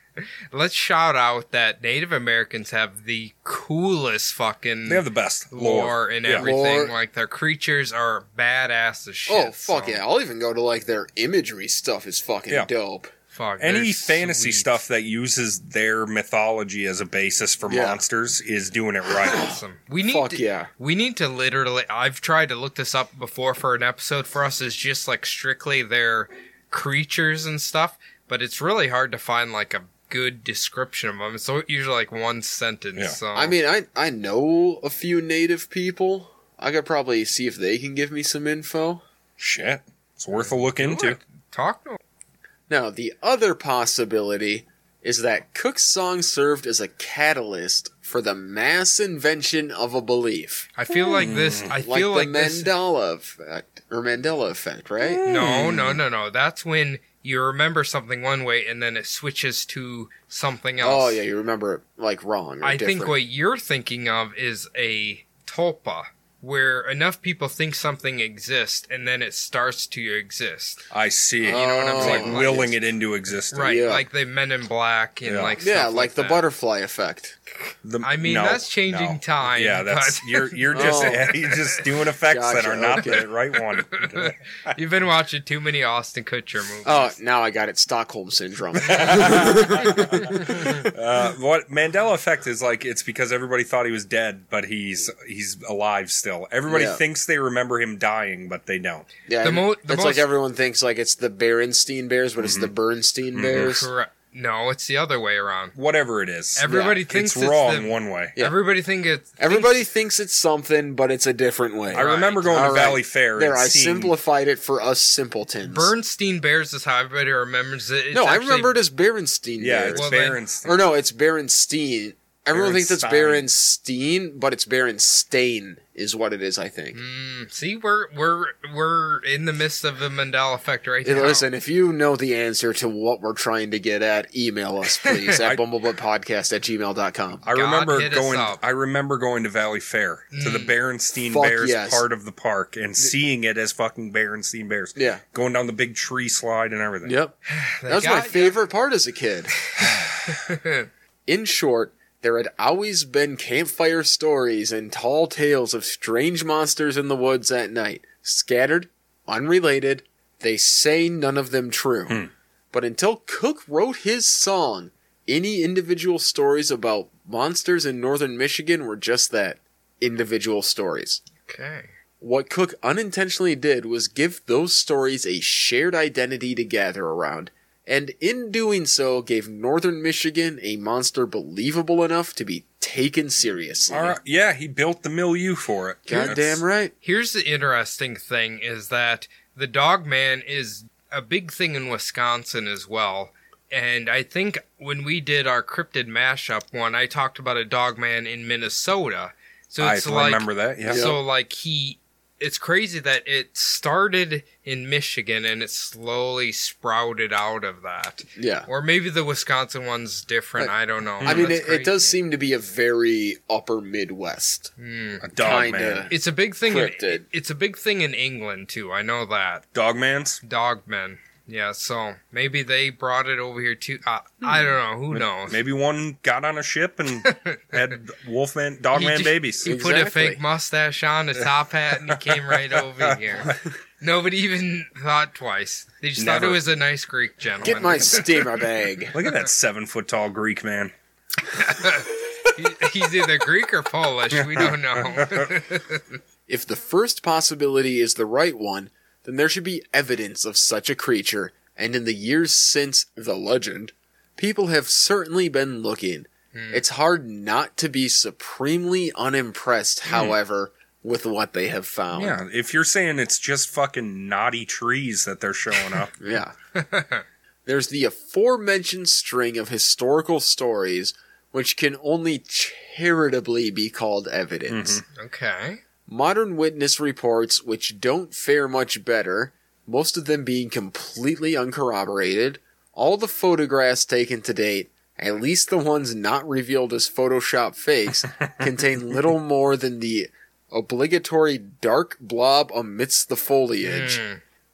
B: Let's shout out that Native Americans have the coolest fucking
C: They have the best
B: lore,
C: lore
B: and
C: Yeah.
B: everything.
A: Lore.
B: Like their creatures are badass as shit.
A: oh fuck
B: so-
A: yeah! I'll even go to like their imagery stuff is fucking
C: Yeah.
A: dope.
B: Fuck,
C: Any
B: they're
C: fantasy
B: sweet.
C: stuff that uses their mythology as a basis for
A: Yeah.
C: monsters is doing it right.
B: Awesome. We need
A: Fuck
B: to,
A: yeah.
B: We need to literally. I've tried to look this up before for an episode for us. Is just like strictly their creatures and stuff, but it's really hard to find like a good description of them. It's usually like one sentence.
C: Yeah.
B: So
A: I mean, I I know a few native people. I could probably see if they can give me some info.
C: Shit. It's worth a look into.
B: Look, talk to 'em.
A: Now, the other possibility is that Cook's song served as a catalyst for the mass invention of a belief,
B: I feel like this. I
A: like the
B: feel like this.
A: Mandela effect or Mandela effect, right?
B: No, no, no, no. That's when you remember something one way and then it switches to something else.
A: Oh yeah, you remember it like wrong. Or
B: I
A: different.
B: think what you're thinking of is a tulpa, where enough people think something exists and then it starts to exist.
C: I see. You
A: know what I'm
C: it's
A: saying?
C: Like willing it into existence.
B: Right,
A: Yeah.
B: like the Men in Black and
C: Yeah.
B: like
A: yeah,
B: stuff
A: like,
B: like
A: the
B: that.
A: butterfly effect.
C: The-
B: I mean,
C: no,
B: that's changing
C: no.
B: time,
C: Yeah, that's
B: but-
C: you're you're just
A: Oh.
C: you're just doing effects that
A: Gotcha,
C: are not
A: okay.
C: the right one.
B: You've been watching too many Austin Kutcher movies.
A: Oh, now I got it. Stockholm syndrome.
C: Uh, what Mandela effect is like? It's because everybody thought he was dead, but he's he's alive still. Everybody
A: Yeah.
C: thinks they remember him dying, but they don't.
A: Yeah,
B: The
A: and
B: mo- the
A: it's
B: most- Mm-hmm.
A: like everyone thinks like it's the Berenstein Bears, but it's the Bernstein Bears.
B: Correct. No, it's the other way around.
C: Whatever it is,
B: Everybody
A: Yeah,
B: thinks
C: it's wrong
B: the-
C: one way.
A: Yeah.
B: Everybody think it's
A: Everybody thinks it's something, but it's a different way.
C: I remember going to
A: All right.
C: Valley Fair.
A: there,
C: and
A: I
C: seeing-
A: simplified it for us simpletons.
B: Bernstein Bears is how everybody remembers it. It's
A: no, I
B: actually-
A: remember it as Berenstein
C: Yeah,
A: Bears.
C: it's
B: Well, then-
C: Berenstein.
A: or no, it's Berenstein. Everyone thinks it's
C: Berenstein.
A: Berenstein, but it's Berenstain is what it is. I think.
B: Mm, see, we're we're we're in the midst of the Mandela effect right
A: Hey,
B: now.
A: Listen, if you know the answer to what we're trying to get at, email us, please,
C: I-
A: at bumblebuttpodcast at gmail.com.
C: I
B: God
C: remember
B: hit us
C: going.
B: up. Mm.
C: I remember going to Valley Fair to the Berenstein
A: Fuck
C: Bears
A: yes.
C: part of the park and seeing it as fucking Berenstein Bears.
A: Yeah.
C: going down the big tree slide and everything.
A: Yep.
B: They
A: That was my
B: got ya.
A: favorite part as a kid. In short, there had always been campfire stories and tall tales of strange monsters in the woods at night. Scattered, unrelated, they say none of them true.
B: Hmm.
A: But until Cook wrote his song, any individual stories about monsters in northern Michigan were just that individual stories.
B: Okay.
A: What Cook unintentionally did was give those stories a shared identity to gather around, and in doing so, gave northern Michigan a monster believable enough to be taken seriously.
C: All right. Yeah, he built the milieu for it.
A: Goddamn right.
B: Here's the interesting thing: is that the dog man is a big thing in Wisconsin as well. And I think when we did our cryptid mashup one, I talked about a dog man in Minnesota. So
C: I
B: it's like
C: remember that. Yeah.
B: So like he it's crazy that it started in Michigan and it slowly sprouted out of that.
A: Yeah.
B: Or maybe the Wisconsin one's different. I don't know.
A: I mean,
B: Hmm, That's
A: it, it does
B: crazy. Hmm.
A: seem to be a very upper Midwest.
C: a dog
A: kinda.
C: man.
B: it's a big thing. In,
A: cryptid.
B: it's a big thing in England too. I know that
C: Dog man's.
B: dogmen. Yeah, so maybe they brought it over here too. Uh, I don't know. Who knows?
C: Maybe one got on a ship and had wolfman, dog
B: He
C: man
B: ju-
C: babies.
B: He put a
A: Exactly.
B: fake mustache on, a top hat, and he came right over here. Nobody even thought twice. They just thought
C: Never.
B: it was a nice Greek gentleman.
A: Get my steamer bag.
C: Look at that seven foot tall Greek man.
B: He- He's either Greek or Polish. We don't know.
A: If the first possibility is the right one, then there should be evidence of such a creature, and in the years since the legend, people have certainly been looking. It's hard not to be supremely unimpressed, however, with what they have
B: Oh,
A: found.
C: Yeah, if you're saying it's just fucking knotty trees that they're showing up,
A: Yeah. There's the aforementioned string of historical stories which can only charitably be called evidence.
B: okay.
A: modern witness reports which don't fare much better, most of them being completely uncorroborated, all the photographs taken to date, at least the ones not revealed as Photoshop fakes, contain little more than the
B: Hmm.
A: obligatory dark blob amidst the foliage.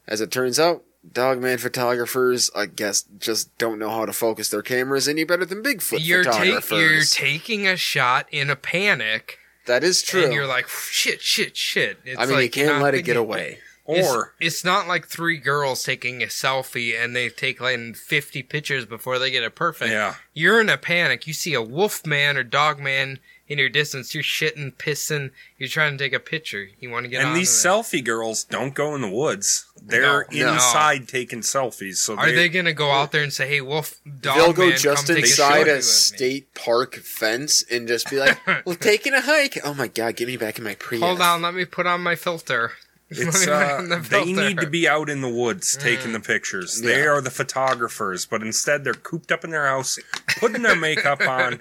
A: As it turns out, Dogman photographers, I guess, just don't know how to focus their cameras any better than Bigfoot
B: You're, ta-
A: photographers.
B: you're taking a shot in a panic,
A: that is true.
B: and you're like, shit, shit, shit. It's
A: I mean, you
B: like
A: can't
B: not
A: let it get
B: thinking-
A: away.
B: It's,
C: Or
B: it's not like three girls taking a selfie and they take like 50 pictures before they get it perfect.
C: Yeah.
B: You're in a panic. You see a wolf man or dog man in your distance. You're shitting, pissing. You're trying to take a picture. You want to get
C: and
B: on
C: these
B: to that.
C: selfie girls don't go in the woods. They're
B: No, no.
C: inside taking selfies. So
B: Are
C: they,
B: they going to go out there and say, hey, wolf, dog
A: They'll go
B: man,
A: just
B: come take
A: inside
B: a,
A: a
B: state.
A: state park fence and just be like, "Well, taking a hike." Oh my god, get me back in my Prius.
B: Hold on, let me put on my filter.
C: it's,
B: Right
C: uh,
B: in the
C: they need to
B: filter. Mm.
C: be out in the woods taking the pictures. They
A: Yeah.
C: are the photographers, but instead they're cooped up in their house, putting their makeup on,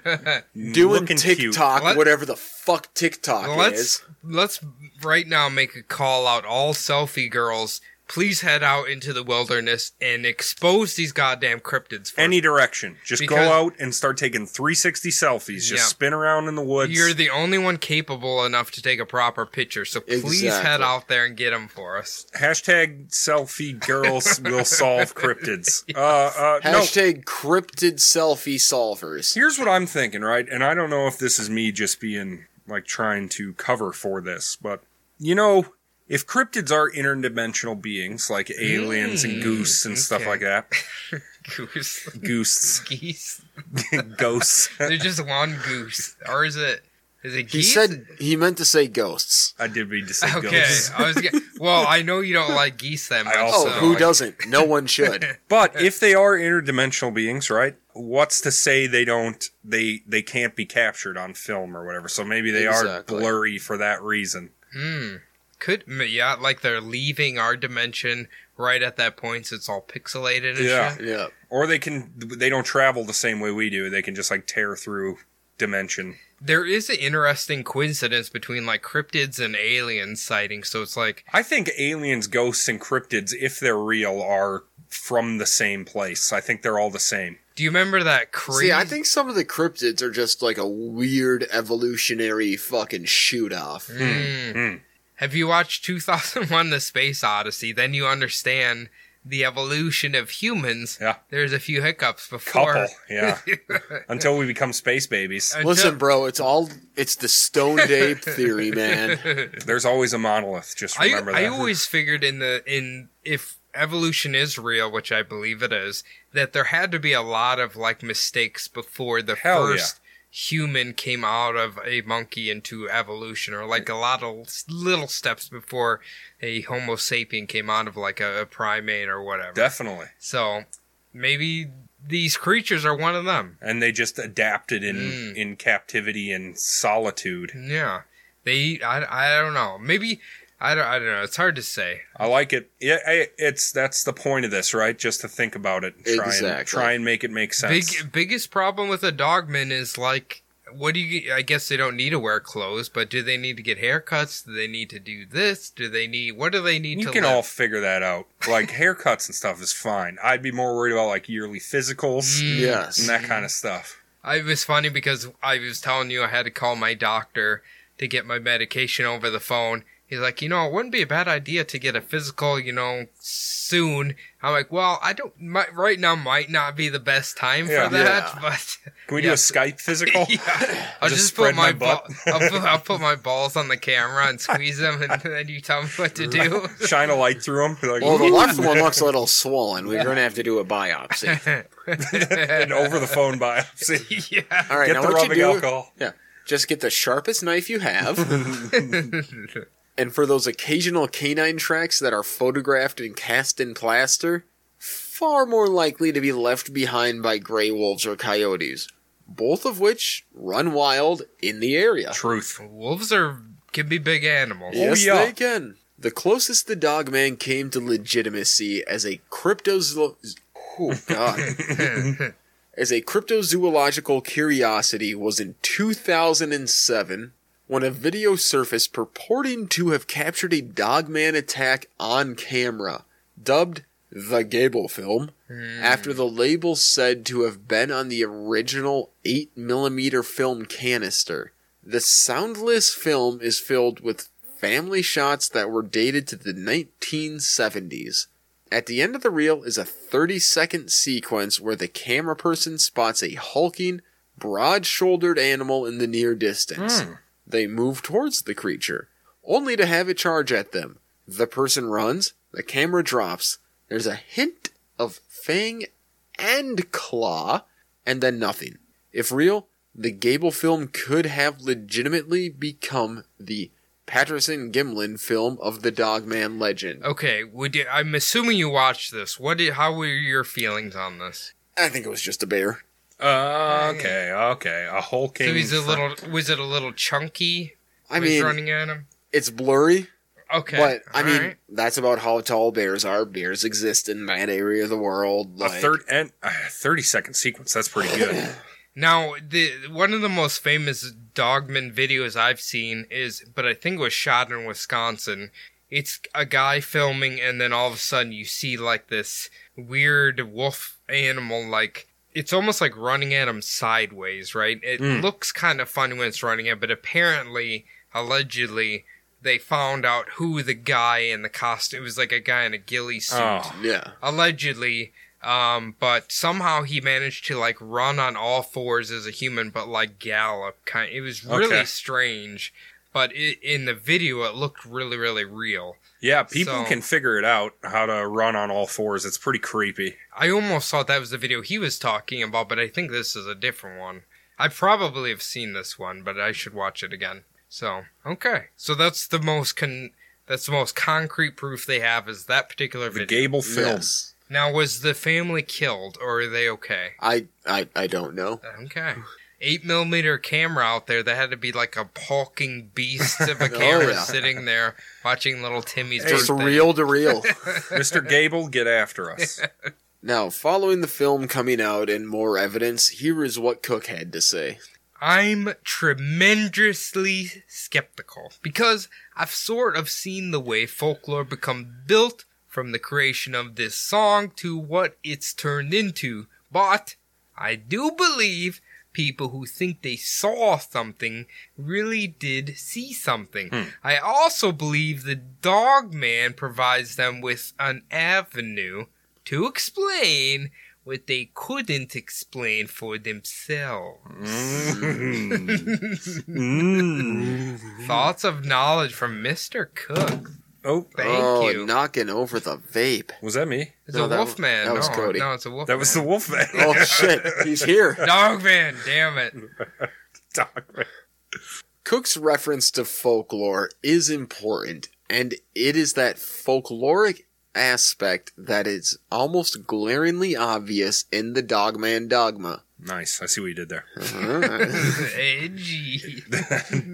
A: doing
C: Mm, looking
A: TikTok,
B: Let-
A: whatever the fuck TikTok
B: Let's
A: is.
B: let's right now make a call out all selfie girls. Please head out into the wilderness and expose these goddamn cryptids. For
C: Any direction. Just
B: Because-
C: go out and start taking 360 selfies. Just
B: Yeah.
C: spin around in the woods.
B: You're the only one capable enough to take a proper picture, so please head
A: Exactly.
B: out there and get them for us.
C: Hashtag selfie girls will solve cryptids. Uh, uh, no,
A: Hashtag cryptid selfie solvers.
C: Here's what I'm thinking, right? And I don't know if this is me just being like trying to cover for this, but you know, if cryptids are interdimensional beings like aliens and goose and stuff
B: okay.
C: like that,
B: Goose,
C: goose,
B: geese.
C: ghosts,
B: They're just one goose, or is it? Is it
A: He
B: geese?
A: said he meant to say ghosts.
C: I did mean to say
B: okay.
C: ghosts.
B: I was. Get, well, I know you don't like geese that much.
A: Oh,
C: also
B: so
A: who
B: I-
A: doesn't? No one should.
C: But if they are interdimensional beings, right? What's to say they don't they they can't be captured on film or whatever? So maybe they are
A: Exactly.
C: blurry for that reason.
B: hmm. Could m- yeah, like they're leaving our dimension right at that point, so it's all pixelated and
C: Yeah.
B: shit.
A: yeah.
C: Or they can they don't travel the same way we do. They can just like tear through dimension.
B: There is an interesting coincidence between like cryptids and alien sightings, so it's like
C: I think aliens, ghosts, and cryptids, if they're real, are from the same place. I think they're all the same.
B: do you remember that crazy
A: See, I think some of the cryptids are just like a weird evolutionary fucking shoot off.
B: Hmm.
C: Hmm.
B: Have you watched 2001 The Space Odyssey? Then you understand the evolution of humans.
C: Yeah.
B: There's a few hiccups before.
C: Couple, yeah. Until we become space babies,
B: Until-
A: Listen, bro, it's all it's the stoned ape theory, man.
C: there's always a monolith. Just
B: I,
C: remember
B: I
C: that.
B: always figured in the in if evolution is real, which I believe it is, that there had to be a lot of like mistakes before the
C: Hell yeah.
B: first human came out of a monkey into evolution, or like a lot of s- little steps before a Homo sapien came out of like a, a primate or whatever.
C: Definitely,
B: so maybe these creatures are one of them.
C: and they just adapted in
B: Mm.
C: in captivity and solitude.
B: Yeah, they. I, I don't know. Maybe I don't. I don't know. It's hard to say.
C: I like it. Yeah, I- it's that's the point of this, right? Just to think about it, and try and
A: Exactly.
C: try and make it make sense.
B: Big biggest problem with a dogman is like, what do you? I guess they don't need to wear clothes, but do they need to get haircuts? Do they need to do this? Do they need? What do they need
C: you
B: to?
C: can
B: live?
C: all figure that out. Like haircuts and stuff is fine. I'd be more worried about like yearly physicals
B: Mm.
C: and
A: yes.
C: that kind of stuff.
B: I it was funny because I was telling you I had to call my doctor to get my medication over the phone. He's like, you know, it wouldn't be a bad idea to get a physical, you know, soon. I'm like, well, I don't. My, right now might not be the best time
C: Yeah.
B: for that,
A: Yeah.
B: but
C: Can we
B: Yeah.
C: do a Skype physical?
B: I'll
C: Just
B: just,
C: spread
B: put my,
C: my butt.
B: ball- I'll, put, I'll put my balls on the camera and squeeze them, and then you tell me what to do.
C: Shine a light through them, like,
A: Well, the left one looks a little swollen. We're gonna have to do a biopsy.
C: and over the phone biopsy.
B: yeah.
A: All right,
C: Get
A: now
C: the
A: what
C: rubbing
A: you do?
C: alcohol.
A: Yeah, just get the sharpest knife you have, and for those occasional canine tracks that are photographed and cast in plaster, far more likely to be left behind by gray wolves or coyotes, both of which run wild in the area.
C: Truth.
B: Wolves are can be big animals.
A: Yes,
C: yeah.
A: they can. The closest the Dogman came to legitimacy as a cryptozo- oh god, as a cryptozoological curiosity was in 2007 when a video surfaced purporting to have captured a Dogman attack on camera, dubbed the Gable film,
B: Mm.
A: after the label said to have been on the original 8mm film canister. The soundless film is filled with family shots that were dated to the 1970s. At the end of the reel is a 30 second sequence where the camera person spots a hulking, broad shouldered animal in the near distance. They move towards the creature, only to have it charge at them. The person runs, the camera drops, there's a hint of fang and claw, and then nothing. If real, the Gable film could have legitimately become the Patterson Gimlin film of the Dogman legend.
B: Okay, would you, I'm assuming you watched this. What? Did, how were your feelings on this?
A: I think it was just a bear.
C: Uh, okay, okay. A hulking.
B: So he's a
C: fr-
B: little. Was it a little chunky?
A: I
B: when he's
A: mean,
B: running at him.
A: it's blurry,
B: Okay,
A: but I
B: all
A: mean,
B: right.
A: that's about how tall bears are. Bears exist in that area of the world.
C: a
A: Like,
C: third and a thirty second sequence. That's pretty good.
B: Now, the one of the most famous Dogman videos I've seen is, but I think it was shot in Wisconsin. It's a guy filming, and then all of a sudden you see like this weird wolf animal, like it's almost like running at him sideways, right? It
C: Mm.
B: looks kind of funny when it's running at, but apparently, allegedly, they found out who the guy in the costume it was like a guy in a ghillie suit
C: oh,
A: Yeah.
B: allegedly um but somehow he managed to like run on all fours as a human but like gallop kind it was really
C: Okay.
B: strange but it, in the video it looked really really real
C: yeah.
B: So-
C: People can figure it out how to run on all fours. It's pretty creepy.
B: i almost thought that was the video he was talking about but i think this is a different one i probably have seen this one but i should watch it again so okay so that's the most con that's the most concrete proof they have is that particular
C: The
B: video
C: Gable film.
A: Yes.
B: now was the family killed or are they okay
A: I, I I don't know.
B: Okay. Eight millimeter camera out there. That had to be like a hulking beast of a
A: Oh,
B: camera
A: yeah.
B: sitting there watching little Timmy's
A: Just
B: birthday.
A: reel to reel.
C: Mr. Gable, get after us.
A: now, following the film coming out and more evidence, here is what Cook had to say.
B: I'm tremendously skeptical because I've sort of seen the way folklore become built from the creation of this song to what it's turned into, but I do believe people who think they saw something really did see something. I also believe the dog man provides them with an avenue to explain what they couldn't explain for themselves.
A: Mm.
C: Mm.
B: Thoughts of knowledge from Mr. Cook.
C: Oh,
B: Thank
A: oh,
B: you.
A: knocking over the vape.
C: was that me?
B: it's
A: no,
B: a
A: that
B: wolf
A: was-
B: man.
A: that was
B: no,
A: Cody.
B: no, it's a wolf.
C: That was the wolf man.
A: Oh shit, he's here.
B: dog man. Damn it.
C: Dogman.
A: Cook's reference to folklore is important, and it is that folkloric aspect that is almost glaringly obvious in the Dogman Dogma.
C: Nice. I see what you did there.
B: Edgy.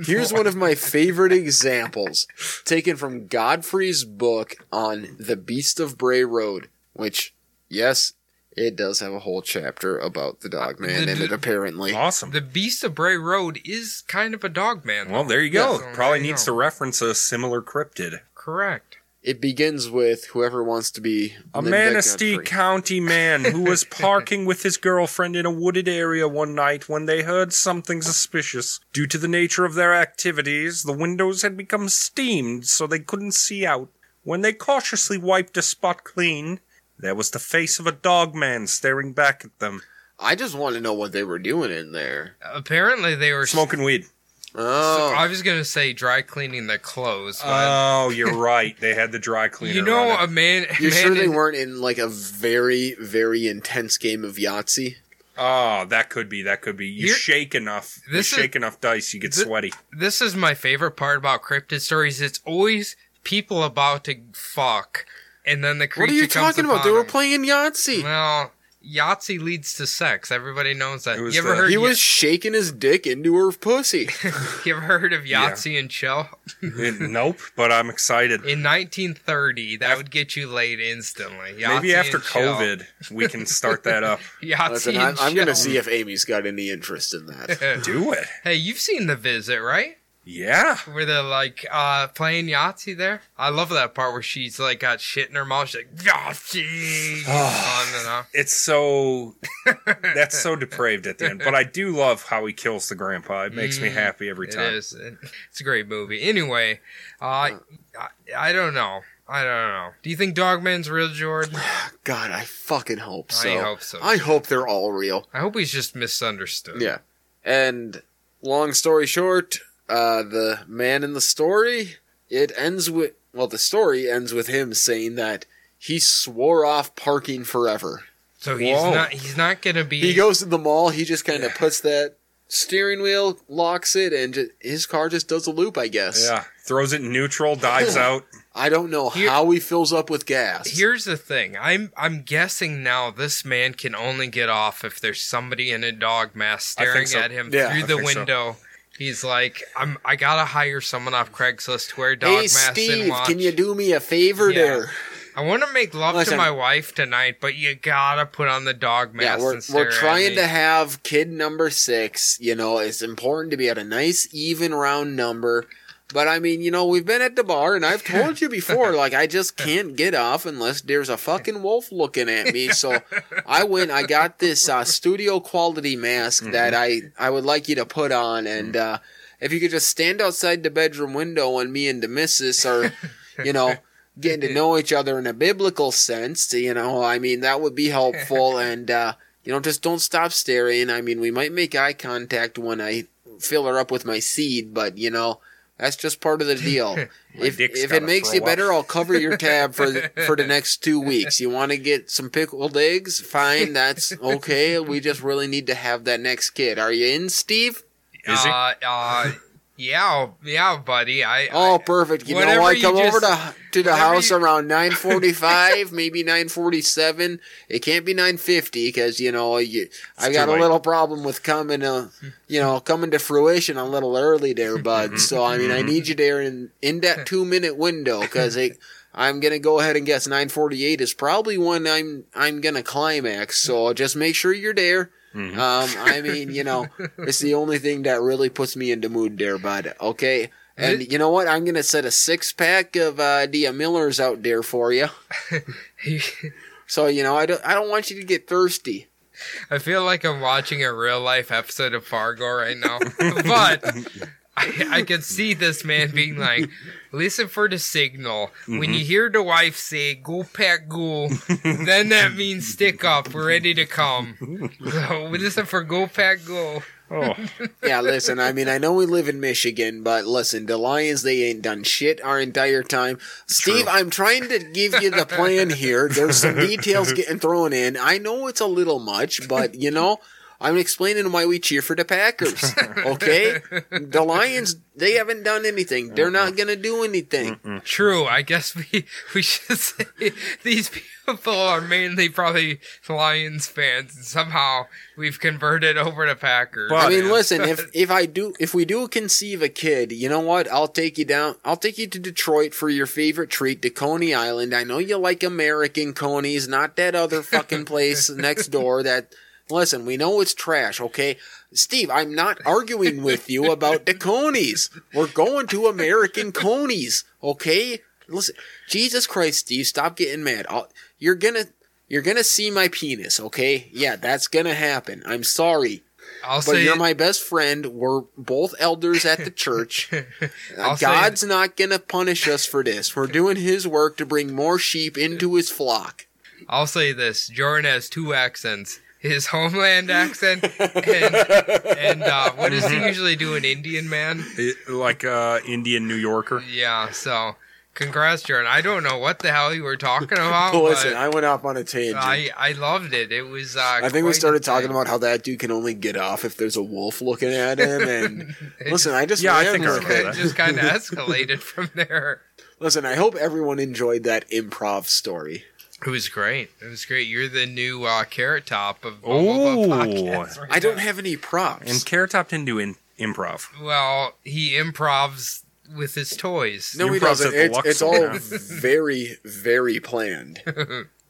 A: Here's one of my favorite examples, taken from Godfrey's book on the Beast of Bray Road, which, yes, it does have a whole chapter about the Dogman in it, apparently.
C: Awesome.
B: The Beast of Bray Road is kind of a dog man.
C: Well, there you go.
B: Yeah.
C: Probably
B: There you
C: needs
B: go.
C: to reference a similar cryptid.
B: Correct.
A: It begins with whoever wants to be
C: A
A: Linda
C: Manistee
A: Godfrey.
C: County man who was parking with his girlfriend in a wooded area one night when they heard something suspicious. Due to the nature of their activities, the windows had become steamed so they couldn't see out. When they cautiously wiped a spot clean, there was the face of a dog man staring back at them.
A: I just want to know what they were doing in there.
B: Apparently, they were.
C: Smoking weed.
A: Oh,
B: I was going to say dry cleaning their clothes, but.
C: Oh, you're right. They had the dry Uh, cleaner.
B: Uh, you know, uh,
C: on
B: a
C: it.
B: man.
A: You're
B: man
A: sure they
B: in-
A: weren't in like a very, very intense game of Yahtzee?
C: oh, that could be. That could be. You
B: You're-
C: shake enough. You
B: This is-
C: shake enough dice, you get
B: Thi-
C: sweaty.
B: this is my favorite part about cryptid stories. It's always people about to fuck, and then the creature.
A: What are you
B: comes
A: talking about?
B: upon
A: They were
B: them.
A: playing Yahtzee.
B: Well, Yahtzee leads to sex. Everybody knows that.
C: It was
B: You ever
C: the-
B: heard?
A: He
B: He
A: was shaking his dick into her pussy.
B: You ever heard of Yahtzee and Chill?
C: nope, but I'm excited.
B: In 1930, that would get you laid instantly. Yahtzee
C: Maybe after
B: and Chill.
C: COVID, we can start that up.
B: Yahtzee
A: Listen,
B: and
A: I'm, I'm gonna
B: Chill.
A: see if Amy's got any interest in that.
C: Do it.
B: Hey, you've seen The Visit, right?
C: Yeah.
B: Where they're like uh, playing Yahtzee there. I love that part where she's like got shit in her mouth. She's like Yahtzee.
A: Ah.
B: on and on.
C: It's so that's so depraved at the end. But I do love how he kills the grandpa. Mm, It makes me happy every
B: It
C: time.
B: is. It's a great movie. Anyway, uh, I I don't know. I don't know. Do you think Dogman's real, Jordan?
A: God, I fucking hope
B: I
A: so.
B: hope so,
A: I hope they're all real.
B: I hope he's just misunderstood.
A: Yeah. And long story short, uh, the man in the story, it ends with, well, the story ends with him saying that he swore off parking forever.
B: So he's
C: Whoa.
B: not. He's not gonna be.
A: He goes to the mall, he just kind of puts that steering wheel, locks it, and ju- his car just does a loop, I guess.
C: Yeah. Throws it in neutral, dives out.
A: I don't know
B: Here-
A: how he fills up with gas.
B: Here's the thing. I'm I'm guessing now this man can only get off if there's somebody in a dog mask
C: I
B: staring
C: think so.
B: at him
A: Yeah,
B: through
A: I
B: the
C: think so.
B: window. He's like, I'm I gotta hire someone off Craigslist to wear dog
A: hey,
B: masks and
A: Steve,
B: watch.
A: can you do me a favor
B: Yeah.
A: there?
B: I want to make love
A: Listen.
B: to my wife tonight, but you gotta put on the dog
A: Yeah,
B: mask.
A: we're,
B: and stare
A: we're
B: at
A: trying
B: me.
A: to have kid number six. You know, it's important to be at a nice, even, round number. But I mean, you know, we've been at the bar, and I've told you before, like, I just can't get off unless there's a fucking wolf looking at me. So I went, I got this uh, studio quality mask that I, I would like you to put on. And uh, if you could just stand outside the bedroom window when me and the missus are, you know, getting to know each other in a biblical sense, you know, I mean, that would be helpful. And, uh, you know, just don't stop staring. I mean, we might make eye contact when I fill her up with my seed, but, you know, that's just part of the deal. if
C: dick's
A: if it
C: gotta
A: makes you
C: throw up.
A: better, I'll cover your tab for for the next two weeks. You want to get some pickled eggs? Fine, that's okay. We just really need to have that next kid. Are you in, Steve?
C: Is he?
B: Uh, uh, yeah, yeah, buddy. I,
A: Oh, perfect. You know,
B: Whatever
A: I
B: you
A: come over to
B: just-
A: to the
B: whatever
A: house
B: you-
A: around nine forty five, maybe nine forty seven. It can't be nine fifty because you know you. I
C: too
A: got a
C: late.
A: little problem with coming, uh, you know, coming to fruition a little early there, bud. so I mean, I need you there in in that two minute window because I'm gonna go ahead and guess nine forty eight is probably when I'm I'm gonna climax. So just make sure you're there. Um, I mean, you know, it's the only thing that really puts me into mood there, bud. Okay. And you know what? I'm gonna set a six pack of uh, Dia Millers out there for you.
B: I,
A: So you know, I don't, I don't want you to get thirsty.
B: I feel like I'm watching a real life episode of Fargo right now, but I, I can see this man being like, "Listen for the signal. When
A: Mm-hmm.
B: you hear the wife say go pack go, then that means stick up. We're ready to come. So listen for go pack go.
C: Oh,
A: Yeah, listen. I mean, I know we live in Michigan, but listen, the Lions they ain't done shit our entire time. Steve, I'm trying to give you the plan here. There's some details getting thrown in. I know it's a little much, but you know. I'm explaining why we cheer for the Packers. Okay, the Lions—they haven't done anything. They're not gonna do anything.
B: True. I guess we we should say these people are mainly probably Lions fans, and somehow we've converted over to Packers.
C: But-
A: I mean,
B: man.
A: listen. If if I do, if we do conceive a kid, you know what? I'll take you down. I'll take you to Detroit for your favorite treat, to Coney Island. I know you like American Coney's, not that other fucking place next door. That listen, we know it's trash. Okay, Steve, I'm not arguing with you about the Coney's. We're going to American Coney's. Okay, listen. Jesus Christ, Steve, stop getting mad. I'll, you're gonna. You're gonna see my penis, okay? Yeah, that's gonna happen. I'm sorry.
B: I'll
A: But
B: say
A: you're my best friend. We're both elders at the church. Uh,
B: I'll say-
A: God's not going to punish us for this. We're doing his work to bring more sheep into his flock.
B: I'll say this: Jordan has two accents: his homeland accent and and uh, what does he
A: Mm-hmm.
B: usually do? An Indian man?
C: it- like uh, Indian New Yorker.
B: Yeah. So, congrats, Jordan. I don't know what the hell you were talking about.
A: Oh, listen,
B: but
A: I went off on a tangent. I,
B: I I loved it. It was. Uh,
A: think we
B: quite
A: started talking
B: insane.
A: about how that dude can only get off if there's a wolf looking at him. And listen, I just
C: Yeah, I
A: ran
C: think I
A: with
C: remember
A: it.
B: It just kind of escalated from there.
A: Listen, I hope everyone enjoyed that improv story.
B: It was great. It was great. You're the new uh, carrot top of
C: Ooh.
B: oh, podcast. right
A: I don't
B: now.
A: have any props.
C: And Carrot Top didn't do in- improv.
B: Well, he improvs with his toys.
A: No, he
C: Improv's
A: doesn't.
C: at the
A: It's,
C: Lux
A: it's all
C: Theater.
A: very, very planned.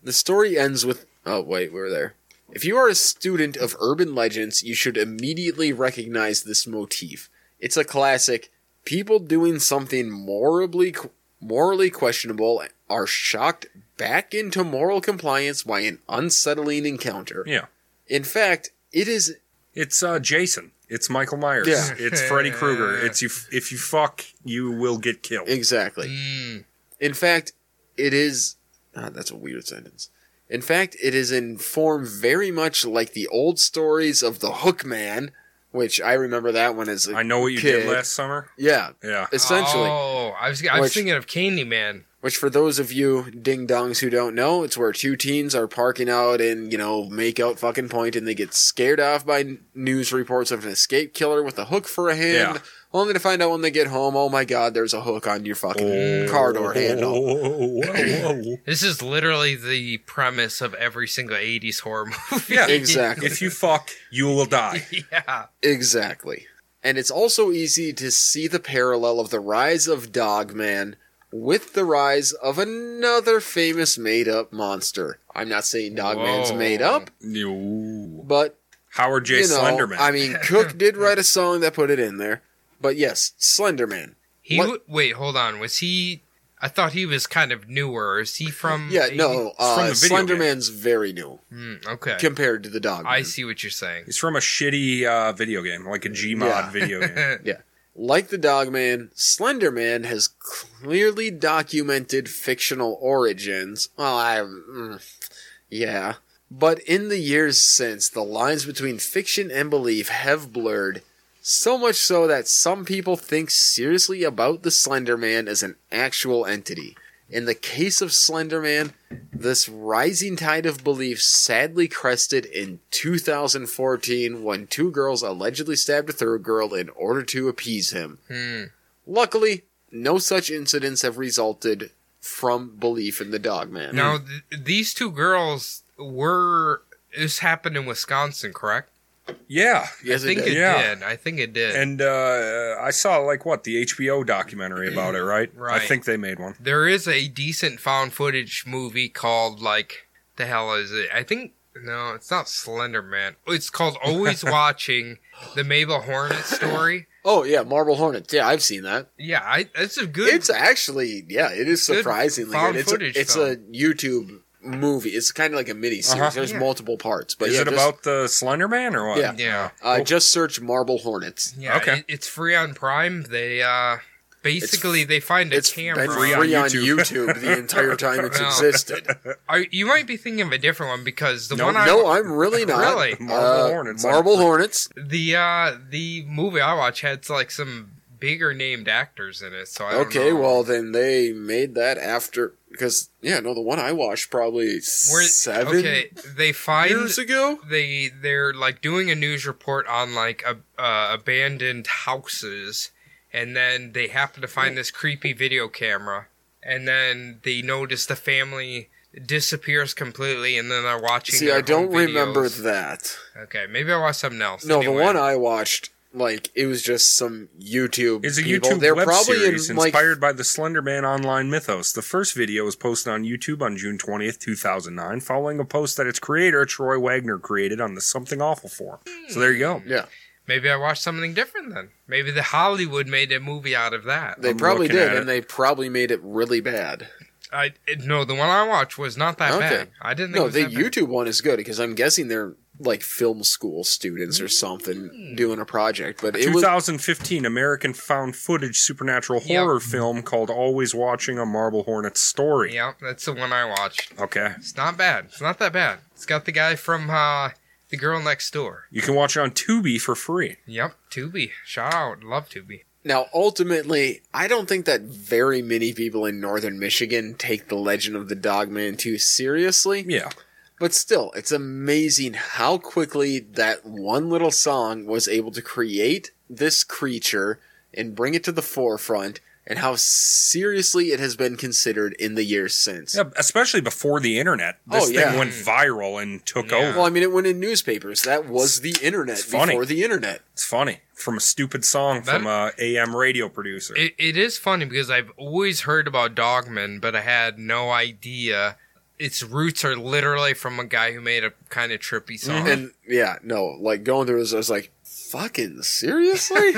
A: the story ends with. Oh wait, we're there. If you are a student of urban legends, you should immediately recognize this motif. It's a classic. People doing something morally morally questionable are shocked back into moral compliance by an unsettling encounter.
C: Yeah.
A: In fact, it is
C: It's uh, Jason. It's Michael Myers.
A: Yeah.
C: It's Freddy Krueger. It's you. If you fuck, you will get killed.
A: exactly.
B: Mm.
A: In fact, it is. ah, that's a weird sentence. In fact, it is in form very much like the old stories of the Hook Man, which I remember that one as a
C: I know what you
A: kid.
C: did last summer.
A: Yeah,
C: Yeah.
A: essentially.
B: Oh, I was, I was
A: Which-
B: thinking of Candyman.
A: Which, for those of you ding dongs who don't know, it's where two teens are parking out and, you know, make out fucking point and they get scared off by n- news reports of an escape killer with a hook for a hand,
C: Yeah.
A: only to find out when they get home, oh my god, there's a hook on your
C: Oh.
A: fucking car door handle.
C: handle.
B: This is literally the premise of every single 80s horror movie.
C: Yeah.
A: Exactly.
C: If you fuck, you will die.
B: yeah.
A: Exactly. And it's also easy to see the parallel of the rise of Dogman with the rise of another famous made up monster. I'm not saying Dogman's
B: Whoa.
A: made up,
C: No.
A: but
C: Howard J.
A: you know,
C: Slenderman.
A: I mean, Cook did write a song that put it in there. But yes, Slenderman.
B: He
A: What-
B: w- wait, hold on. Was he? I thought he was kind of newer. Is he from?
A: Yeah,
B: 80
A: no,
C: Mm, from
A: uh,
C: the video game.
A: Slenderman's very new
B: Hmm, okay.
A: compared to the Dogman.
B: I see what you're saying.
C: He's from a shitty uh, video game, like a Gmod
A: Yeah.
C: video game.
A: Like the Dogman, Slenderman has clearly documented fictional origins. Well, I. Mm, yeah. But in the years since, the lines between fiction and belief have blurred, so much so that some people think seriously about the Slenderman as an actual entity. In the case of Slenderman, this rising tide of belief sadly crested in 2014 when two girls allegedly stabbed a third girl in order to appease him.
B: Hmm.
A: Luckily, no such incidents have resulted from belief in the Dogman.
B: Now th- these two girls were. This happened in Wisconsin, correct?
C: Yeah.
A: yes,
B: I think
A: it
B: it,
A: did.
C: Yeah.
B: did. I think it did.
C: And uh, I saw, like, what, the HBO documentary about it, right?
B: Right.
C: I think they made one.
B: there is a decent found footage movie called like the hell is it? I think no, it's not Slender Man. It's called Always Watching the Mabel Hornet story.
A: Oh yeah, Marble Hornets. Yeah, I've seen that.
B: Yeah, I, it's a good.
A: It's actually yeah, it is
B: Good
A: surprisingly
B: found
A: good. It's
B: footage
A: a, it's a YouTube movie. It's kind of like a mini series.
C: Uh-huh.
A: There's
B: Yeah.
A: multiple parts, but
C: Is
A: yeah,
C: it
A: just,
C: about the Slender Man or what?
A: Yeah.
B: yeah.
A: Uh, Just search Marble Hornets.
B: Yeah,
C: Okay.
B: it- it's free on Prime. They uh basically they find a
A: It's been
B: camera.
A: free,
C: on
A: on
C: YouTube.
A: YouTube the entire time it's
B: No.
A: existed.
B: Are, you might be thinking of a different one because the
C: No,
B: one I
A: No, uh I'm really not.
B: Really?
A: Marble
C: Marble
A: Hornets.
C: Hornets.
A: Marble Hornets.
B: the uh the movie I watch had like some bigger named actors in it. So I don't
A: Okay,
B: know.
A: well then they made that after because yeah, no, the one I watched probably
B: We're-
A: seven
B: okay. They find
A: years ago.
B: they they're like doing a news report on like a, uh, abandoned houses and then they happen to find this creepy video camera and then they notice the family disappears completely and then they're watching
A: See,
B: their
A: I don't
B: home videos.
A: remember that.
B: okay maybe i'll watch something else
A: No,
B: Anyway,
A: the one I watched, like it was just some YouTube.
C: It's a
A: people.
C: YouTube
A: They're
C: web
A: probably
C: series
A: in, like,
C: inspired by the Slender Man online mythos. The first video was posted on YouTube on June 20th, 2009, following a post that its creator, Troy Wagner, created on the Something Awful forum. So there you go.
A: Yeah,
B: maybe i watched something different then maybe the hollywood made a movie out of that
A: they
C: I'm
A: probably
C: looking
A: did,
C: at
A: and
C: it.
A: they probably made it really bad.
B: i no the one i watched was not that
A: Okay.
B: bad i didn't think it
A: No,
B: was
A: the
B: that bad.
A: YouTube one is good because I'm guessing they're like film school students or something doing a project. But it was
C: 2015 American found footage supernatural
B: Yep.
C: horror film called Always Watching a Marble Hornet Story.
B: yeah that's the one i watched
C: Okay.
B: It's not bad. It's not that bad. It's got the guy from uh, the girl next door.
C: You can watch it on Tubi for free.
B: Yep, Tubi. Shout out, love Tubi.
A: Now, ultimately, I don't think that very many people in northern Michigan take the legend of the Dogman too seriously,
C: Yeah.
A: but still, it's amazing how quickly that one little song was able to create this creature and bring it to the forefront, and how seriously it has been considered in the years since.
C: Yeah, especially before the internet.
A: Oh,
C: This
A: yeah.
C: thing went viral and took
B: Yeah.
C: over.
A: Well, I mean, it went in newspapers. That was the internet
C: funny.
A: before the internet.
C: It's funny. From a stupid song
B: That-
C: from a AM radio producer.
B: It, it is funny because I've always heard about Dogman, but I had no idea its roots are literally from a guy who made a kind of trippy song.
A: And yeah, no, like going through this, I was like, fucking seriously?